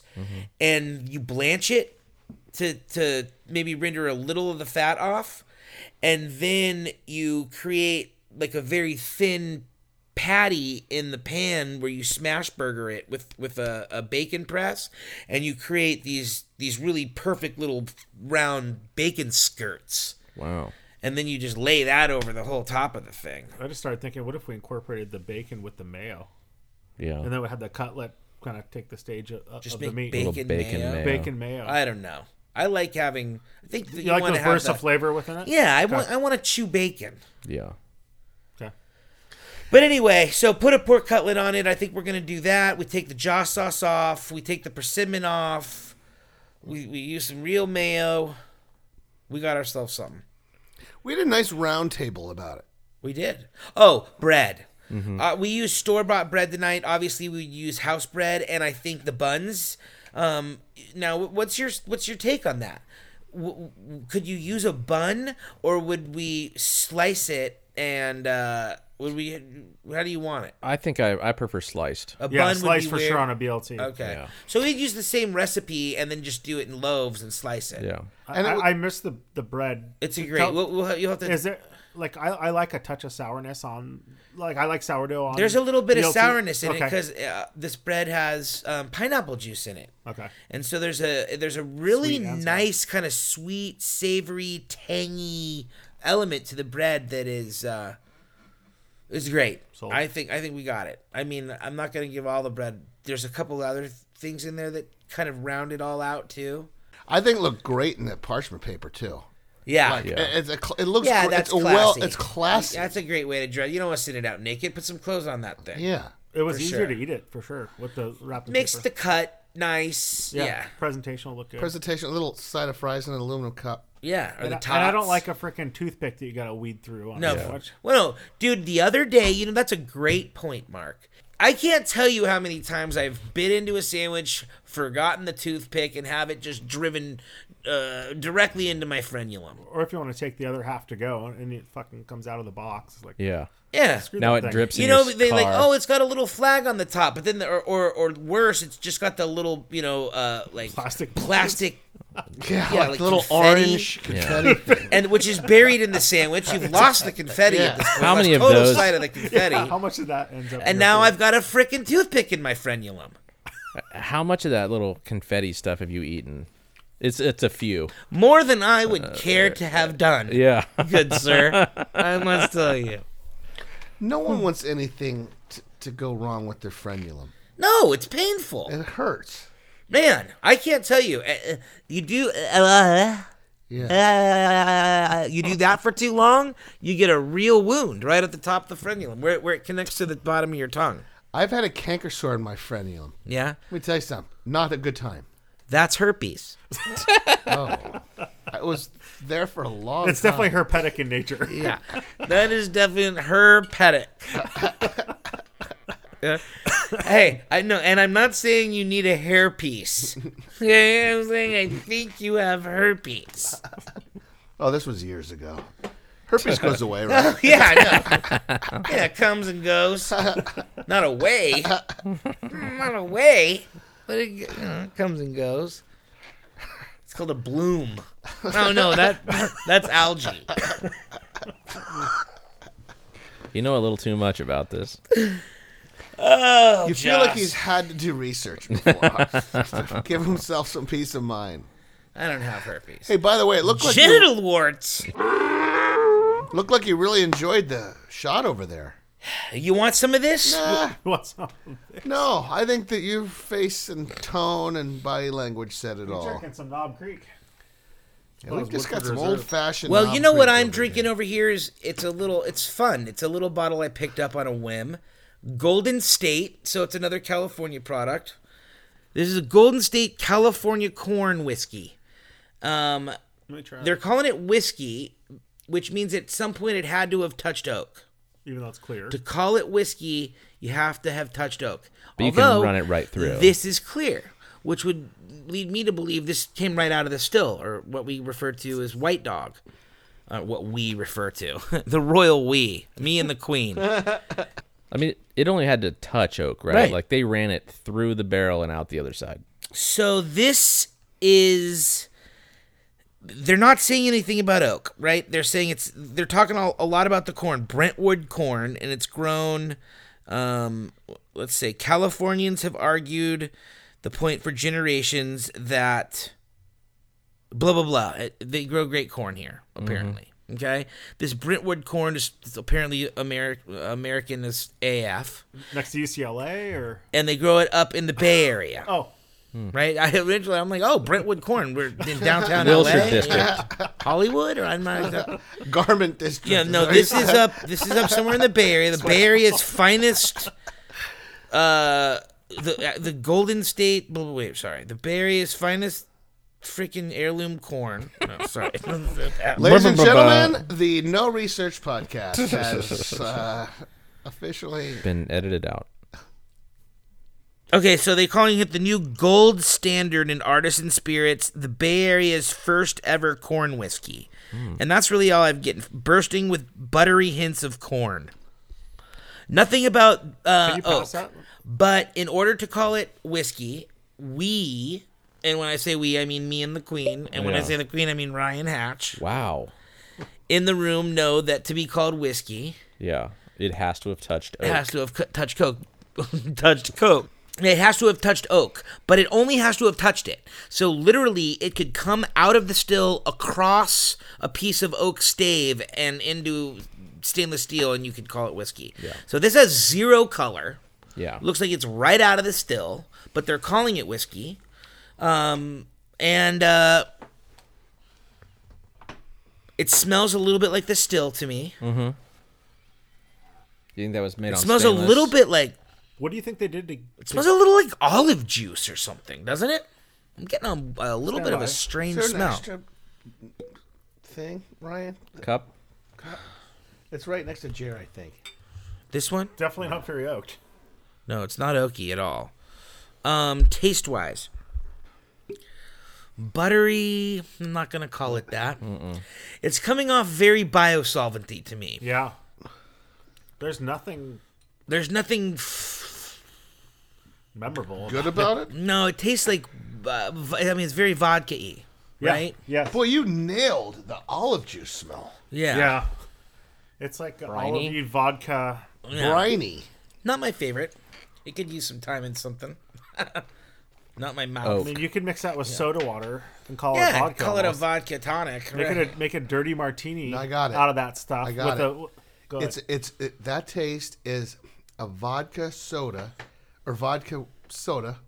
[SPEAKER 1] and you blanch it to to maybe render a little of the fat off and then you create like a very thin patty in the pan where you smash burger it with with a, a bacon press and you create these these really perfect little round bacon skirts
[SPEAKER 3] Wow.
[SPEAKER 1] and then you just lay that over the whole top of the thing.
[SPEAKER 4] I just started thinking, what if we incorporated the bacon with the mayo,
[SPEAKER 3] Yeah.
[SPEAKER 4] and then we had the cutlet kind of take the stage of, of
[SPEAKER 1] Just
[SPEAKER 4] the
[SPEAKER 1] make
[SPEAKER 4] meat?
[SPEAKER 1] bacon,
[SPEAKER 3] Little bacon
[SPEAKER 1] mayo.
[SPEAKER 3] mayo.
[SPEAKER 4] Bacon mayo.
[SPEAKER 1] I don't know. I like having. I think that
[SPEAKER 4] you,
[SPEAKER 1] you,
[SPEAKER 4] like
[SPEAKER 1] want
[SPEAKER 4] those
[SPEAKER 1] to have
[SPEAKER 4] bursts
[SPEAKER 1] that.
[SPEAKER 4] of flavor within it?
[SPEAKER 1] Yeah, I want. I want to chew bacon.
[SPEAKER 3] Yeah.
[SPEAKER 4] Okay.
[SPEAKER 1] But anyway, so put a pork cutlet on it. I think we're gonna do that. We take the jaw sauce off. We take the persimmon off. We we use some real mayo. We got ourselves something.
[SPEAKER 2] We had a nice round table about it.
[SPEAKER 1] We did. Oh, bread.
[SPEAKER 4] Mm-hmm.
[SPEAKER 1] Uh, we used store bought bread tonight. Obviously, we use house bread, and I think the buns. Um, now, wh- what's your what's your take on that? W- w- could you use a bun, or would we slice it? And uh, would we? How do you want it?
[SPEAKER 3] I think I, I prefer sliced.
[SPEAKER 1] A
[SPEAKER 4] Yeah,
[SPEAKER 1] bun
[SPEAKER 4] slice for
[SPEAKER 1] where-
[SPEAKER 4] sure on a BLT.
[SPEAKER 1] Okay,
[SPEAKER 3] Yeah.
[SPEAKER 1] so we'd use the same recipe and then just do it in loaves and slice it.
[SPEAKER 3] Yeah.
[SPEAKER 4] I,
[SPEAKER 2] And it
[SPEAKER 4] I,
[SPEAKER 2] would-
[SPEAKER 4] I miss the the bread.
[SPEAKER 1] it's a great.
[SPEAKER 4] Tell-
[SPEAKER 1] we'll, we'll, you'll have to.
[SPEAKER 4] Is there like I, I like a touch of sourness on like I like sourdough on.
[SPEAKER 1] There's a little bit of
[SPEAKER 4] BLT.
[SPEAKER 1] sourness in it
[SPEAKER 4] Okay.
[SPEAKER 1] because uh, this bread has um, pineapple juice in it.
[SPEAKER 4] okay.
[SPEAKER 1] And so there's a there's a really
[SPEAKER 4] Sweet and sour.
[SPEAKER 1] nice kind of sweet, savory, tangy element to the bread that is uh is great.
[SPEAKER 4] Sold.
[SPEAKER 1] I think I think we got it. I mean, I'm not going to give all the bread. There's a couple other things in there that kind of round it all out too.
[SPEAKER 2] I think it looked great in that parchment paper too.
[SPEAKER 1] Ah, Yeah.
[SPEAKER 2] Like it's a, cl- it looks
[SPEAKER 1] yeah,
[SPEAKER 2] gr-
[SPEAKER 1] that's
[SPEAKER 2] it's a
[SPEAKER 1] classy.
[SPEAKER 2] well it's classy.
[SPEAKER 1] That's a great way to dress. You don't want to sit it out naked. Put some clothes on that thing.
[SPEAKER 2] yeah.
[SPEAKER 4] It was
[SPEAKER 1] For
[SPEAKER 4] easier
[SPEAKER 1] sure.
[SPEAKER 4] to eat it for sure with the wrapping
[SPEAKER 1] Makes
[SPEAKER 4] paper.
[SPEAKER 1] the cut nice. Yeah. Yeah.
[SPEAKER 4] presentation will look good.
[SPEAKER 2] Presentation, a little side of fries in an aluminum cup.
[SPEAKER 1] Or
[SPEAKER 4] and,
[SPEAKER 1] the
[SPEAKER 4] I, and I don't
[SPEAKER 1] tots.
[SPEAKER 4] like a freaking toothpick that you got to weed through on
[SPEAKER 1] No.
[SPEAKER 4] a sandwich.
[SPEAKER 1] Well, no, dude, the other day, you know, that's a great point, Mark. I can't tell you how many times I've bit into a sandwich, forgotten the toothpick, and have it just driven uh, directly into my frenulum.
[SPEAKER 4] Or if you want to take the other half to go and it fucking comes out of the box, it's like
[SPEAKER 3] Yeah.
[SPEAKER 1] Yeah.
[SPEAKER 4] screw
[SPEAKER 3] Now
[SPEAKER 4] that
[SPEAKER 3] it
[SPEAKER 4] thing.
[SPEAKER 3] drips.
[SPEAKER 1] You
[SPEAKER 3] in
[SPEAKER 1] know,
[SPEAKER 3] your
[SPEAKER 1] they like,
[SPEAKER 3] car.
[SPEAKER 1] oh, it's got a little flag on the top, but then, the, or, or or worse, it's just got the little, you know, uh, like (laughs)
[SPEAKER 4] Plastic-
[SPEAKER 1] plastic,
[SPEAKER 2] (laughs) Yeah,
[SPEAKER 1] Yeah,
[SPEAKER 2] like,
[SPEAKER 1] like
[SPEAKER 2] little
[SPEAKER 1] confetti.
[SPEAKER 2] orange confetti.
[SPEAKER 1] (laughs) and which is buried in the sandwich.
[SPEAKER 2] (laughs)
[SPEAKER 1] You've lost the confetti.
[SPEAKER 2] Yeah.
[SPEAKER 1] At this point.
[SPEAKER 3] How many
[SPEAKER 1] Lost
[SPEAKER 3] of
[SPEAKER 1] total
[SPEAKER 3] those-
[SPEAKER 1] sight of the
[SPEAKER 2] (laughs)
[SPEAKER 1] confetti?
[SPEAKER 4] How much of that ends up? in
[SPEAKER 1] And
[SPEAKER 4] your
[SPEAKER 1] now
[SPEAKER 4] food?
[SPEAKER 1] I've got a frickin' toothpick in my frenulum.
[SPEAKER 3] How much of that little confetti stuff have you eaten? It's it's a few.
[SPEAKER 1] More than I would care to have done.
[SPEAKER 3] Uh, Yeah. (laughs)
[SPEAKER 1] Good sir. I must tell you.
[SPEAKER 2] No one wants anything t- to go wrong with their frenulum.
[SPEAKER 1] No, it's painful.
[SPEAKER 2] It hurts.
[SPEAKER 1] Man, I can't tell you. Uh, uh, You do uh, uh,
[SPEAKER 2] Yeah.
[SPEAKER 1] uh, you do that for too long, you get a real wound right at the top of the frenulum where where it connects to the bottom of your tongue.
[SPEAKER 2] I've had a canker sore in my frenulum.
[SPEAKER 1] Yeah?
[SPEAKER 2] Let me tell you something. Not a good time.
[SPEAKER 1] That's herpes.
[SPEAKER 2] I was there for a long
[SPEAKER 4] It's
[SPEAKER 2] time.
[SPEAKER 4] definitely herpetic in nature.
[SPEAKER 1] Oh. (laughs) Yeah. that is definitely herpetic. (laughs) Yeah. hey, I know, and I'm not saying you need a hairpiece. (laughs) Yeah, I'm saying I think you have herpes.
[SPEAKER 2] Oh, this was years ago. Herpes goes away, right?
[SPEAKER 1] Yeah, I know. (laughs) yeah, it comes and goes. Not away. Mm, Not away. But it you know, it comes and goes. It's called a bloom. Oh no, that that's algae.
[SPEAKER 3] You know a little too much about this.
[SPEAKER 1] Oh,
[SPEAKER 2] You feel like
[SPEAKER 1] Joss.
[SPEAKER 2] he's had to do research before.
[SPEAKER 1] (laughs)
[SPEAKER 2] Give himself some peace of mind.
[SPEAKER 1] I don't have herpes.
[SPEAKER 2] Hey, by the way, it looked like you,
[SPEAKER 1] Genital warts.
[SPEAKER 2] looked like you really enjoyed the shot
[SPEAKER 1] (laughs)
[SPEAKER 2] over there.
[SPEAKER 1] You want some of this?
[SPEAKER 2] Ah,
[SPEAKER 4] (laughs) What's up?
[SPEAKER 2] no, I think that your face and tone and body language said it all.
[SPEAKER 4] Drinking some Knob Creek.
[SPEAKER 2] Yeah, we
[SPEAKER 4] Those
[SPEAKER 2] just got
[SPEAKER 4] Woodford
[SPEAKER 2] some um,
[SPEAKER 4] Reserve.
[SPEAKER 2] old fashioned.
[SPEAKER 1] Well, you know what I'm drinking over here is it's a little it's fun. It's a little bottle I picked up on a whim. Golden State, so it's another California product. This is a Golden State California corn whiskey. Um
[SPEAKER 4] Let me try.
[SPEAKER 1] they're
[SPEAKER 4] it,
[SPEAKER 1] calling it whiskey, which means at some point it had to have touched oak.
[SPEAKER 4] Even though it's clear.
[SPEAKER 1] To call it whiskey, you have to have touched oak.
[SPEAKER 3] But you can run it right through.
[SPEAKER 1] This is clear, which would lead me to believe this came right out of the still, or what we refer to as white dog. Uh, what we refer to (laughs) the royal we, me and the queen.
[SPEAKER 3] I mean, it only had to touch oak, right?
[SPEAKER 1] Right.
[SPEAKER 3] Like they ran it through the barrel and out the other side.
[SPEAKER 1] So this is they're not saying anything about oak, right? They're saying it's they're talking all, a lot about the corn, Brentwood corn, and it's grown um let's say Californians have argued the point for generations that blah blah blah. It- They grow great corn here, apparently. Okay, this Brentwood corn is apparently Ameri- American as AF,
[SPEAKER 4] Next to UCLA or
[SPEAKER 1] and they grow it up in the Bay Area,
[SPEAKER 4] oh,
[SPEAKER 1] right? I originally I'm like, oh, Brentwood corn, we're in downtown LA,
[SPEAKER 3] Wilshire District.
[SPEAKER 1] (laughs) Hollywood, or I'm not. exact-
[SPEAKER 2] Garment district.
[SPEAKER 1] Yeah, no,
[SPEAKER 2] right?
[SPEAKER 1] this is (laughs) up. This is up somewhere in the Bay Area. The Bay Area's finest. Uh, the uh, the Golden State. blah, blah, Wait, sorry. The Bay Area's finest freaking heirloom corn. No, sorry.
[SPEAKER 2] Ladies and
[SPEAKER 3] Blah, blah, blah,
[SPEAKER 2] gentlemen, the No Research Podcast has uh, officially.
[SPEAKER 3] Been edited out.
[SPEAKER 1] okay, so they're calling it the new gold standard in artisan spirits. The Bay Area's first ever corn whiskey. And that's really all I'm getting. Bursting with buttery hints of corn. Nothing about uh,
[SPEAKER 4] can you pass
[SPEAKER 1] oak.
[SPEAKER 4] that?
[SPEAKER 1] But in order to call it whiskey, we, and when I say we, I mean me and the queen, and when I
[SPEAKER 3] Yeah.
[SPEAKER 1] say the queen, I mean Ryan Hatch,
[SPEAKER 3] Wow.
[SPEAKER 1] in the room know that to be called whiskey,
[SPEAKER 3] Yeah. It has to have touched
[SPEAKER 1] it
[SPEAKER 3] oak.
[SPEAKER 1] has to have cu- touched coke. (laughs) touched coke. It has to have touched oak, but it only has to have touched it. So literally, it could come out of the still across a piece of oak stave and into stainless steel, and you could call it whiskey. So this has zero color.
[SPEAKER 3] Yeah.
[SPEAKER 1] Looks like it's right out of the still, but they're calling it whiskey. Um, and uh, it smells a little bit like the still to me.
[SPEAKER 3] You think that was made on
[SPEAKER 1] It smells a
[SPEAKER 3] stainless?
[SPEAKER 1] little bit like
[SPEAKER 4] what do you think they did to?
[SPEAKER 1] it smells a little like olive juice or something, doesn't it? I'm getting a, a little bit of
[SPEAKER 4] why?
[SPEAKER 1] a
[SPEAKER 2] Is
[SPEAKER 1] strange
[SPEAKER 2] there an
[SPEAKER 1] smell.
[SPEAKER 2] extra thing, Ryan?
[SPEAKER 3] cup.
[SPEAKER 2] It's right next to Jer, I think.
[SPEAKER 1] This one?
[SPEAKER 4] Definitely not very oaked.
[SPEAKER 1] No, it's not oaky at all. Um, taste wise, buttery. I'm not gonna call it that. It's coming off very biosolventy to me.
[SPEAKER 4] Yeah, there's nothing
[SPEAKER 1] There's nothing. F-
[SPEAKER 4] memorable.
[SPEAKER 2] Good about it?
[SPEAKER 1] no, it tastes like. Uh, v- I mean, it's very vodka y,
[SPEAKER 4] Yeah,
[SPEAKER 1] right?
[SPEAKER 4] Yeah.
[SPEAKER 2] Boy, you nailed the olive juice smell.
[SPEAKER 1] Yeah.
[SPEAKER 4] Yeah. It's like all of you vodka.
[SPEAKER 1] Yeah.
[SPEAKER 2] Briny.
[SPEAKER 1] Not my favorite. It could use some time in something. (laughs) Not my mouth.
[SPEAKER 4] I
[SPEAKER 3] Oak.
[SPEAKER 4] mean, you could mix that with soda water and call it
[SPEAKER 1] Yeah,
[SPEAKER 4] vodka.
[SPEAKER 1] call it a
[SPEAKER 4] almost.
[SPEAKER 1] vodka tonic.
[SPEAKER 4] Make
[SPEAKER 1] right?
[SPEAKER 4] it a, make a dirty martini.
[SPEAKER 2] I got it.
[SPEAKER 4] Out of that stuff.
[SPEAKER 2] I got
[SPEAKER 4] with A, go
[SPEAKER 2] It's
[SPEAKER 4] ahead.
[SPEAKER 2] it's it, that taste is a vodka soda, or vodka soda,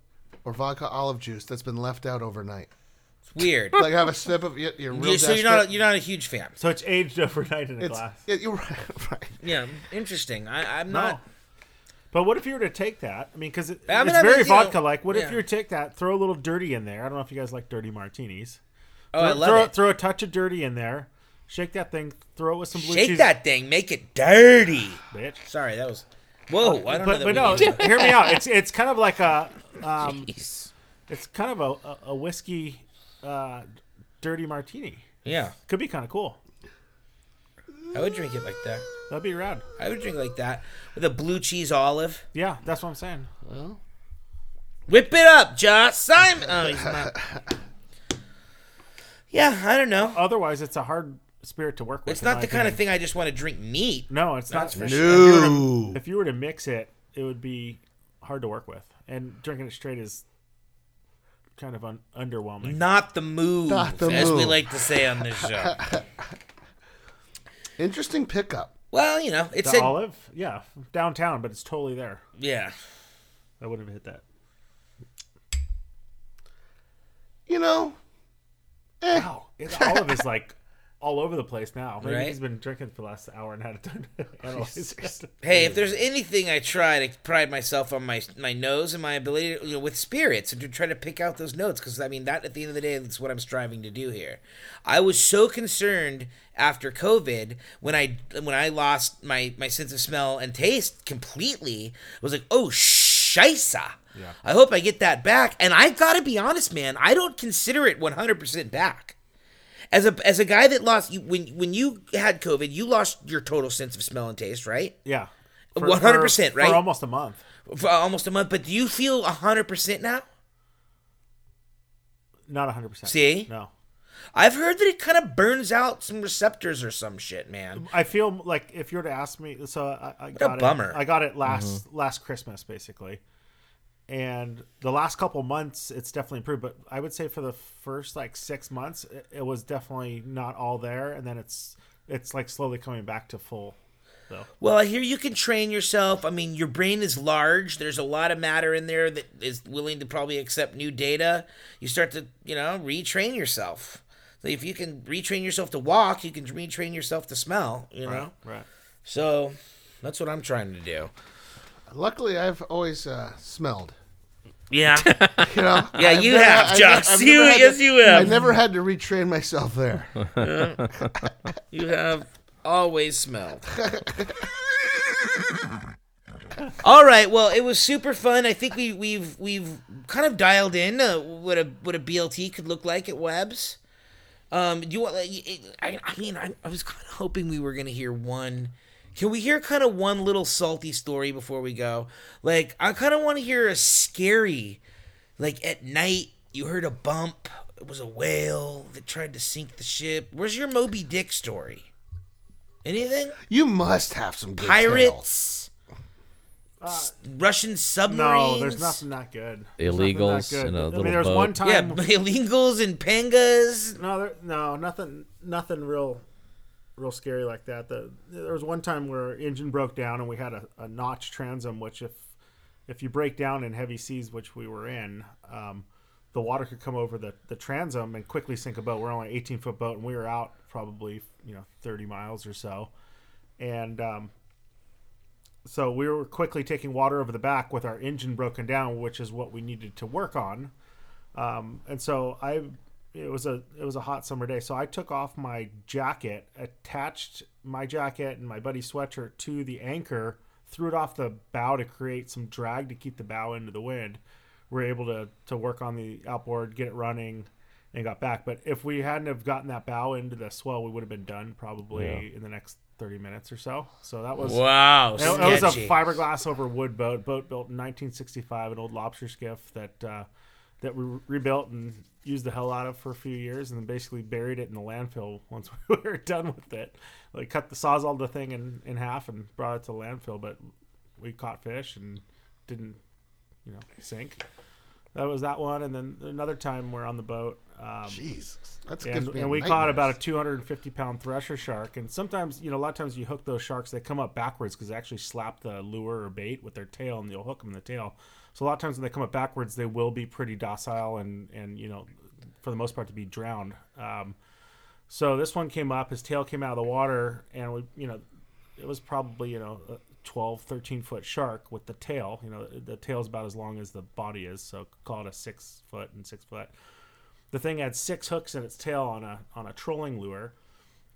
[SPEAKER 2] or vodka olive juice that's been left out overnight.
[SPEAKER 1] It's weird.
[SPEAKER 2] Like have a sip of you're, you're real
[SPEAKER 1] You- so you're not a,
[SPEAKER 2] desperate.
[SPEAKER 1] you're not a huge fan.
[SPEAKER 4] so it's aged (laughs) overnight in a
[SPEAKER 2] it's,
[SPEAKER 4] glass.
[SPEAKER 2] yeah, you're (laughs) right, right.
[SPEAKER 1] Yeah, interesting. I, I'm
[SPEAKER 4] No.
[SPEAKER 1] not.
[SPEAKER 4] But what if you were to take that? I mean, because it,
[SPEAKER 1] I mean,
[SPEAKER 4] it's
[SPEAKER 1] I mean,
[SPEAKER 4] very
[SPEAKER 1] you know,
[SPEAKER 4] vodka like. What if
[SPEAKER 1] yeah.
[SPEAKER 4] you were to take that, throw a little dirty in there? I don't know if you guys like dirty martinis.
[SPEAKER 1] Oh, I
[SPEAKER 4] Throw- throw,
[SPEAKER 1] love it.
[SPEAKER 4] Throw a touch of dirty in there. Shake that thing. Throw it with some blue
[SPEAKER 1] Shake
[SPEAKER 4] cheese.
[SPEAKER 1] that thing. Make it dirty.
[SPEAKER 4] bitch.
[SPEAKER 1] Sorry, that was. Whoa, I don't know.
[SPEAKER 4] But, but
[SPEAKER 1] That
[SPEAKER 4] no,
[SPEAKER 1] we can-
[SPEAKER 4] (laughs) hear me out. It's it's kind of like a um,
[SPEAKER 1] Jeez.
[SPEAKER 4] it's kind of a a- a whiskey uh, dirty martini.
[SPEAKER 1] Yeah,
[SPEAKER 4] Could be kind of cool.
[SPEAKER 1] I would drink it like that.
[SPEAKER 4] That'd be rad.
[SPEAKER 1] I would drink like that with a blue cheese olive.
[SPEAKER 4] Yeah, that's what I'm saying.
[SPEAKER 5] Well,
[SPEAKER 1] Whip it up, Josh Simon. Oh, he's not. Yeah, I don't know.
[SPEAKER 4] Otherwise, it's a hard spirit to work with.
[SPEAKER 1] It's
[SPEAKER 4] in
[SPEAKER 1] not
[SPEAKER 4] my
[SPEAKER 1] the kind of
[SPEAKER 4] opinion.
[SPEAKER 1] thing I just want to drink neat.
[SPEAKER 4] No, it's not.
[SPEAKER 1] for
[SPEAKER 4] If
[SPEAKER 1] sure.
[SPEAKER 4] you were to- If you were to mix it, it would be hard to work with, and drinking it straight is kind of un- underwhelming.
[SPEAKER 1] Not the move,
[SPEAKER 2] Not the
[SPEAKER 1] as we
[SPEAKER 2] move.
[SPEAKER 1] like to say on this show.
[SPEAKER 4] (laughs)
[SPEAKER 2] Interesting pickup.
[SPEAKER 1] well, you know, it's
[SPEAKER 4] The
[SPEAKER 1] said
[SPEAKER 4] olive, yeah, downtown, but it's totally there.
[SPEAKER 1] yeah.
[SPEAKER 4] I wouldn't have hit that.
[SPEAKER 2] You know,
[SPEAKER 1] Eh.
[SPEAKER 4] Wow, it's, olive is like all over the place now. Maybe
[SPEAKER 1] Right?
[SPEAKER 4] he's been drinking for the last hour and had a time to (laughs) analyze it.
[SPEAKER 1] Hey, if there's anything I try to pride myself on my my nose and my ability to, you know, with spirits and to try to pick out those notes because I mean that at the end of the day that's what I'm striving to do here. I was so concerned after COVID when I when I lost my my sense of smell and taste completely. I was like, "Oh, shisa." Yeah. I hope I get that back. And I got to be honest, man, I don't consider it 100% back as a as a guy that lost you when when you had COVID, you lost your total sense of smell and taste, right?
[SPEAKER 4] Yeah, For- for-
[SPEAKER 1] 100%, right?
[SPEAKER 4] For almost a month.
[SPEAKER 1] For uh, almost a month. But do you feel hundred percent now?
[SPEAKER 4] Not 100%.
[SPEAKER 1] See?
[SPEAKER 4] No.
[SPEAKER 1] I've heard that it kind of burns out some receptors or some shit, man.
[SPEAKER 4] I feel like if you were to ask me, so I, I got it.
[SPEAKER 1] bummer.
[SPEAKER 4] I got
[SPEAKER 3] Mm-hmm.
[SPEAKER 4] it last last Christmas, basically, and the last couple months it's definitely improved. But I would say for the first like six months, it, it was definitely not all there, and then it's it's like slowly coming back to full. Though
[SPEAKER 1] Well, I hear you can train yourself. I mean, your brain is large. There's a lot of matter in there that is willing to probably accept new data. You start to, you know, retrain yourself. So if you can retrain yourself to walk, you can retrain yourself to smell, you know?
[SPEAKER 4] right.
[SPEAKER 1] So that's what I'm trying to do.
[SPEAKER 2] Luckily, I've always uh, smelled.
[SPEAKER 1] Yeah. (laughs)
[SPEAKER 2] You know?
[SPEAKER 1] Yeah, you
[SPEAKER 2] never-
[SPEAKER 1] have,
[SPEAKER 2] I've
[SPEAKER 1] Jox.
[SPEAKER 2] never- I've
[SPEAKER 1] You-
[SPEAKER 2] never had
[SPEAKER 1] yes,
[SPEAKER 2] to-
[SPEAKER 1] you have.
[SPEAKER 2] I never had to retrain myself there.
[SPEAKER 1] you have always smelled. (laughs) All right. Well, it was super fun. I think we we've we've kind of dialed in uh, what a what a BLT could look like at Webb's. Um, do you want? Like, it- I, I mean, I, I was kind of hoping we were gonna hear one. Can we hear kind of one little salty story before we go? Like, I kind of want to hear a scary, like at night you heard a bump. It was a whale that tried to sink the ship. Where's your Moby Dick story? Anything?
[SPEAKER 2] You must have some good tales.
[SPEAKER 1] pirates, S- Russian submarines.
[SPEAKER 4] No, there's nothing not good. There's nothing not
[SPEAKER 3] Illegals
[SPEAKER 4] good.
[SPEAKER 3] in a
[SPEAKER 4] I
[SPEAKER 3] little
[SPEAKER 4] mean, there's
[SPEAKER 3] boat.
[SPEAKER 4] one
[SPEAKER 1] Yeah, (laughs)
[SPEAKER 4] time.
[SPEAKER 1] illegals and pangas.
[SPEAKER 4] No, there, no, nothing, nothing real, real scary like that. The, there was one time where our engine broke down and we had a, a notch transom, which if if you break down in heavy seas, which we were in, um, the water could come over the, the transom and quickly sink a boat. We're only an 18 foot boat and we were out probably you know 30 miles or so, and um, so we were quickly taking water over the back with our engine broken down, which is what we needed to work on um, and so I it was a it was a hot summer day, so I took off my jacket, attached my jacket and my buddy's sweatshirt to the anchor, threw it off the bow to create some drag to keep the bow into the wind. We are able to to work on the outboard, get it running, and got back. But if we hadn't have gotten that bow into the swell, we would have been done probably in the next thirty minutes or so. So that was
[SPEAKER 1] Wow,
[SPEAKER 4] it, it was a
[SPEAKER 1] sketchy.
[SPEAKER 4] fiberglass over wood boat, boat built in 1965, an old lobster skiff that uh, that we re- rebuilt and used the hell out of for a few years, and then basically buried it in the landfill (laughs) once we were done with it. Like cut the sawzall the thing in, in half and brought it to the landfill, but we caught fish and didn't, you know, sink. That was that one, and then another time we're on the boat. Um,
[SPEAKER 2] Jesus, that's
[SPEAKER 4] and,
[SPEAKER 2] good.
[SPEAKER 4] and we caught about a 250 pound thresher shark and sometimes you know a lot of times you hook those sharks they come up backwards because they actually slap the lure or bait with their tail and you'll hook them in the tail so a lot of times when they come up backwards they will be pretty docile and and you know for the most part to be drowned um, so this one came up his tail came out of the water and we you know it was probably you know a 12 13 foot shark with the tail you know the tail's about as long as the body is so call it a six foot and six foot the thing had six hooks in its tail on a on a trolling lure.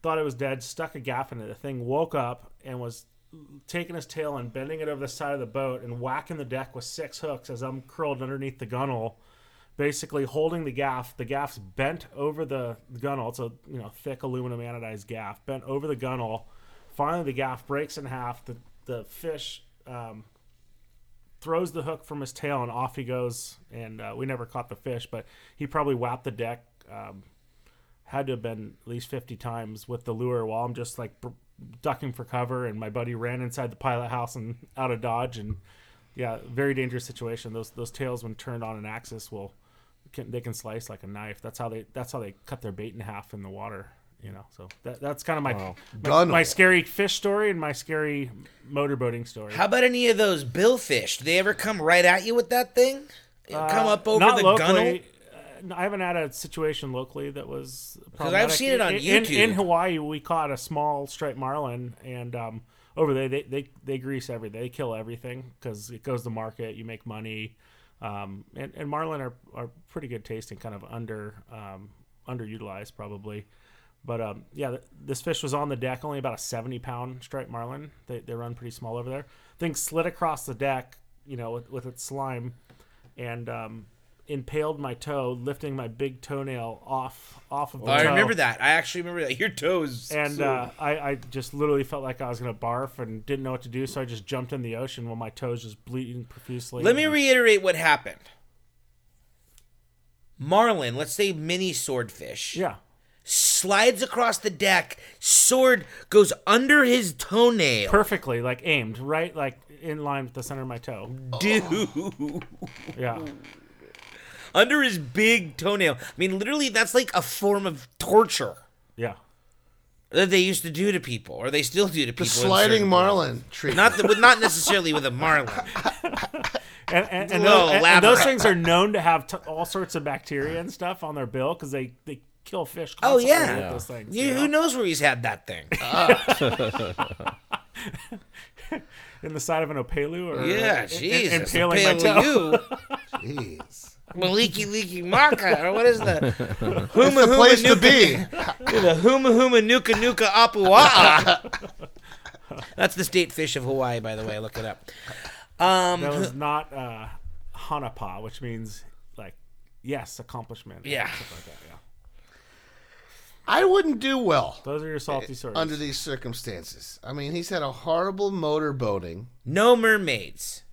[SPEAKER 4] Thought it was dead, stuck a gaff in it. The thing woke up and was taking his tail and bending it over the side of the boat and whacking the deck with six hooks as I'm curled underneath the gunnel, basically holding the gaff. The gaff's bent over the gunnel. It's a you know thick aluminum anodized gaff bent over the gunnel. Finally, the gaff breaks in half. The the fish um, throws the hook from his tail and off he goes. And uh, we never caught the fish, but he probably whapped the deck. Um, had to have been at least 50 times with the lure while I'm just like br- ducking for cover. And my buddy ran inside the pilot house and (laughs) out of dodge. And yeah, very dangerous situation. Those those tails when turned on an axis will can, they can slice like a knife. That's how they that's how they cut their bait in half in the water. You know, so that, that's kind of my, my
[SPEAKER 2] Gunnel.
[SPEAKER 4] my scary fish story and my scary motorboating story.
[SPEAKER 1] How about any of those billfish? Do they ever come right at you with that thing? come up over
[SPEAKER 4] Uh, not
[SPEAKER 1] the gunnel?
[SPEAKER 4] locally. Uh, I haven't had a situation locally that was problematic.
[SPEAKER 1] seen it on
[SPEAKER 4] In- in-
[SPEAKER 1] YouTube.
[SPEAKER 4] In, Hawaii, we caught a small striped marlin, and um, over there they, they they grease everything. They kill everything because it goes to market. You make money, um, and, and marlin are, are pretty good tasting, kind of under um, underutilized probably. But um, yeah, th- this fish was on the deck, only about a 70 pound striped marlin. They, they run pretty small over there. Thing slid across the deck, you know, with, with its slime and um, impaled my toe, lifting my big toenail off off of the
[SPEAKER 1] Oh, I
[SPEAKER 4] toe.
[SPEAKER 1] remember that. I actually remember that. Your toes.
[SPEAKER 4] And uh, I, I just literally felt like I was gonna barf and didn't know what to do, so I just jumped in the ocean while my toes just bleeding profusely.
[SPEAKER 1] Let me reiterate what happened. Marlin, let's say mini swordfish.
[SPEAKER 4] yeah,
[SPEAKER 1] slides across the deck. Sword goes under his toenail.
[SPEAKER 4] perfectly, like aimed right, like in line with the center of my toe.
[SPEAKER 1] Dude.
[SPEAKER 4] Yeah,
[SPEAKER 1] (gasps) under his big toenail. I mean, literally, that's like a form of torture.
[SPEAKER 4] yeah.
[SPEAKER 1] that they used to do to people, or they still do to people.
[SPEAKER 2] The
[SPEAKER 1] in
[SPEAKER 2] sliding
[SPEAKER 1] certain-
[SPEAKER 2] marlin tree.
[SPEAKER 1] Not the, with, not necessarily with a marlin.
[SPEAKER 4] and,
[SPEAKER 1] Whoa,
[SPEAKER 4] and, and, those, and- and those
[SPEAKER 1] elaborate.
[SPEAKER 4] things are known to have t- all sorts of bacteria and stuff on their bill because they, they kill fish.
[SPEAKER 1] Oh
[SPEAKER 4] Constantly
[SPEAKER 1] yeah.
[SPEAKER 4] with those things.
[SPEAKER 1] You-
[SPEAKER 4] you know?
[SPEAKER 1] Who knows where he's had that thing?
[SPEAKER 4] in the side of an opalu or
[SPEAKER 1] yeah,
[SPEAKER 4] in- in-
[SPEAKER 1] Jesus.
[SPEAKER 4] impaling my
[SPEAKER 1] Impaling
[SPEAKER 4] toe.
[SPEAKER 1] you.
[SPEAKER 2] Jeez.
[SPEAKER 1] Maliki Leaky Maka, or what is
[SPEAKER 2] (laughs)
[SPEAKER 1] that? Huma
[SPEAKER 2] It's the
[SPEAKER 1] Huma
[SPEAKER 2] place to
[SPEAKER 1] Nuka-
[SPEAKER 2] be.
[SPEAKER 1] The Huma Huma Nuka Nuka Apua'a. That's the state fish of Hawaii, by the way. Look it up. Um,
[SPEAKER 4] That was not uh, hanapa, which means like yes, accomplishment. and
[SPEAKER 1] Yeah.
[SPEAKER 4] stuff like that, yeah.
[SPEAKER 2] I wouldn't do well
[SPEAKER 4] Those are your salty sources.
[SPEAKER 2] Eh, under these circumstances. I mean, he's had a horrible motorboating.
[SPEAKER 1] no mermaids.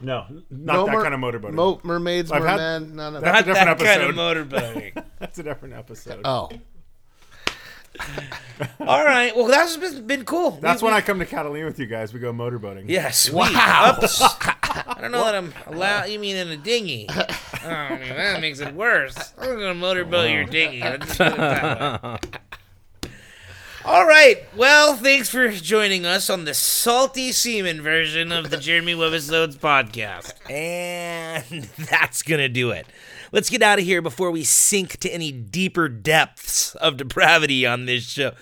[SPEAKER 4] no, not that kind of motorboat.
[SPEAKER 2] Mo- mermaids,
[SPEAKER 4] I've had-
[SPEAKER 2] mermen, none of that.
[SPEAKER 4] That's a different
[SPEAKER 1] that
[SPEAKER 4] episode.
[SPEAKER 1] kind of motorboating.
[SPEAKER 4] That's a different episode.
[SPEAKER 2] Oh,
[SPEAKER 1] All right. Well, that's been, been cool.
[SPEAKER 4] That's
[SPEAKER 1] We-
[SPEAKER 4] when I come to Catalina with you guys. We go motorboating.
[SPEAKER 1] Yeah, sweet. Wow. I don't know that I'm allowed. You mean in a dinghy? Oh, man, that makes it worse. I'm gonna motorboat your dinghy. Let's just put it that way. All right. Well, thanks for joining us on the salty semen version of the Jeremy Webisodes podcast. And (laughs) that's going to do it. Let's get out of here before we sink to any deeper depths of depravity on this show.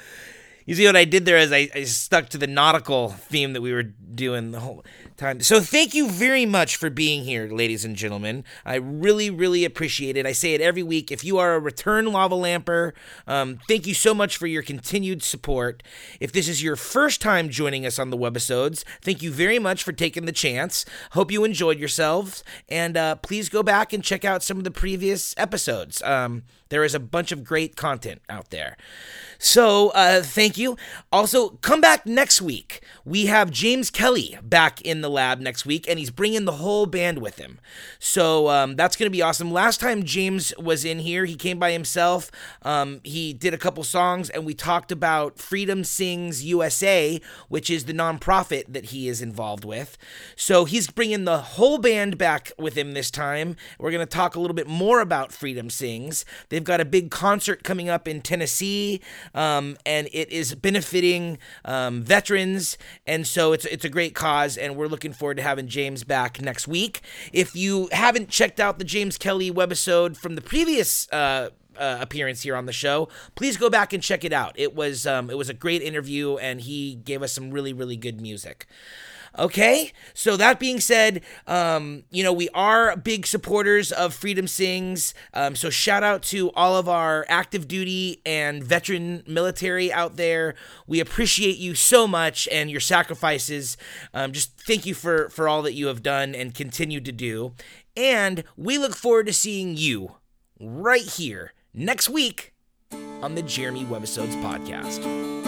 [SPEAKER 1] You see what I did there is I, I stuck to the nautical theme that we were doing the whole time. So thank you very much for being here, ladies and gentlemen. I really, really appreciate it. I say it every week. If you are a return lava lamper, um, thank you so much for your continued support. If this is your first time joining us on the webisodes, thank you very much for taking the chance. Hope you enjoyed yourselves, and uh, please go back and check out some of the previous episodes. Um, there is a bunch of great content out there. So uh, thank you. Also, come back next week. We have James Kelly back in the lab next week, and he's bringing the whole band with him. So um, that's going to be awesome. Last time James was in here, he came by himself. Um, he did a couple songs, and we talked about Freedom Sings USA, which is the nonprofit that he is involved with. So he's bringing the whole band back with him this time. We're going to talk a little bit more about Freedom Sings. They've got a big concert coming up in Tennessee, um, and it is benefiting um, veterans. And so it's it's a great cause, and we're looking forward to having James back next week. If you haven't checked out the James Kelly webisode from the previous. Uh, uh, appearance here on the show. Please go back and check it out. It was um, it was a great interview, and he gave us some really really good music. Okay, so that being said, um, you know, we are big supporters of Freedom Sings. Um, so, shout out to all of our active duty and veteran military out there. We appreciate you so much and your sacrifices. Um, just thank you for, for all that you have done and continue to do. And we look forward to seeing you right here next week on the Jeremy Webisodes podcast.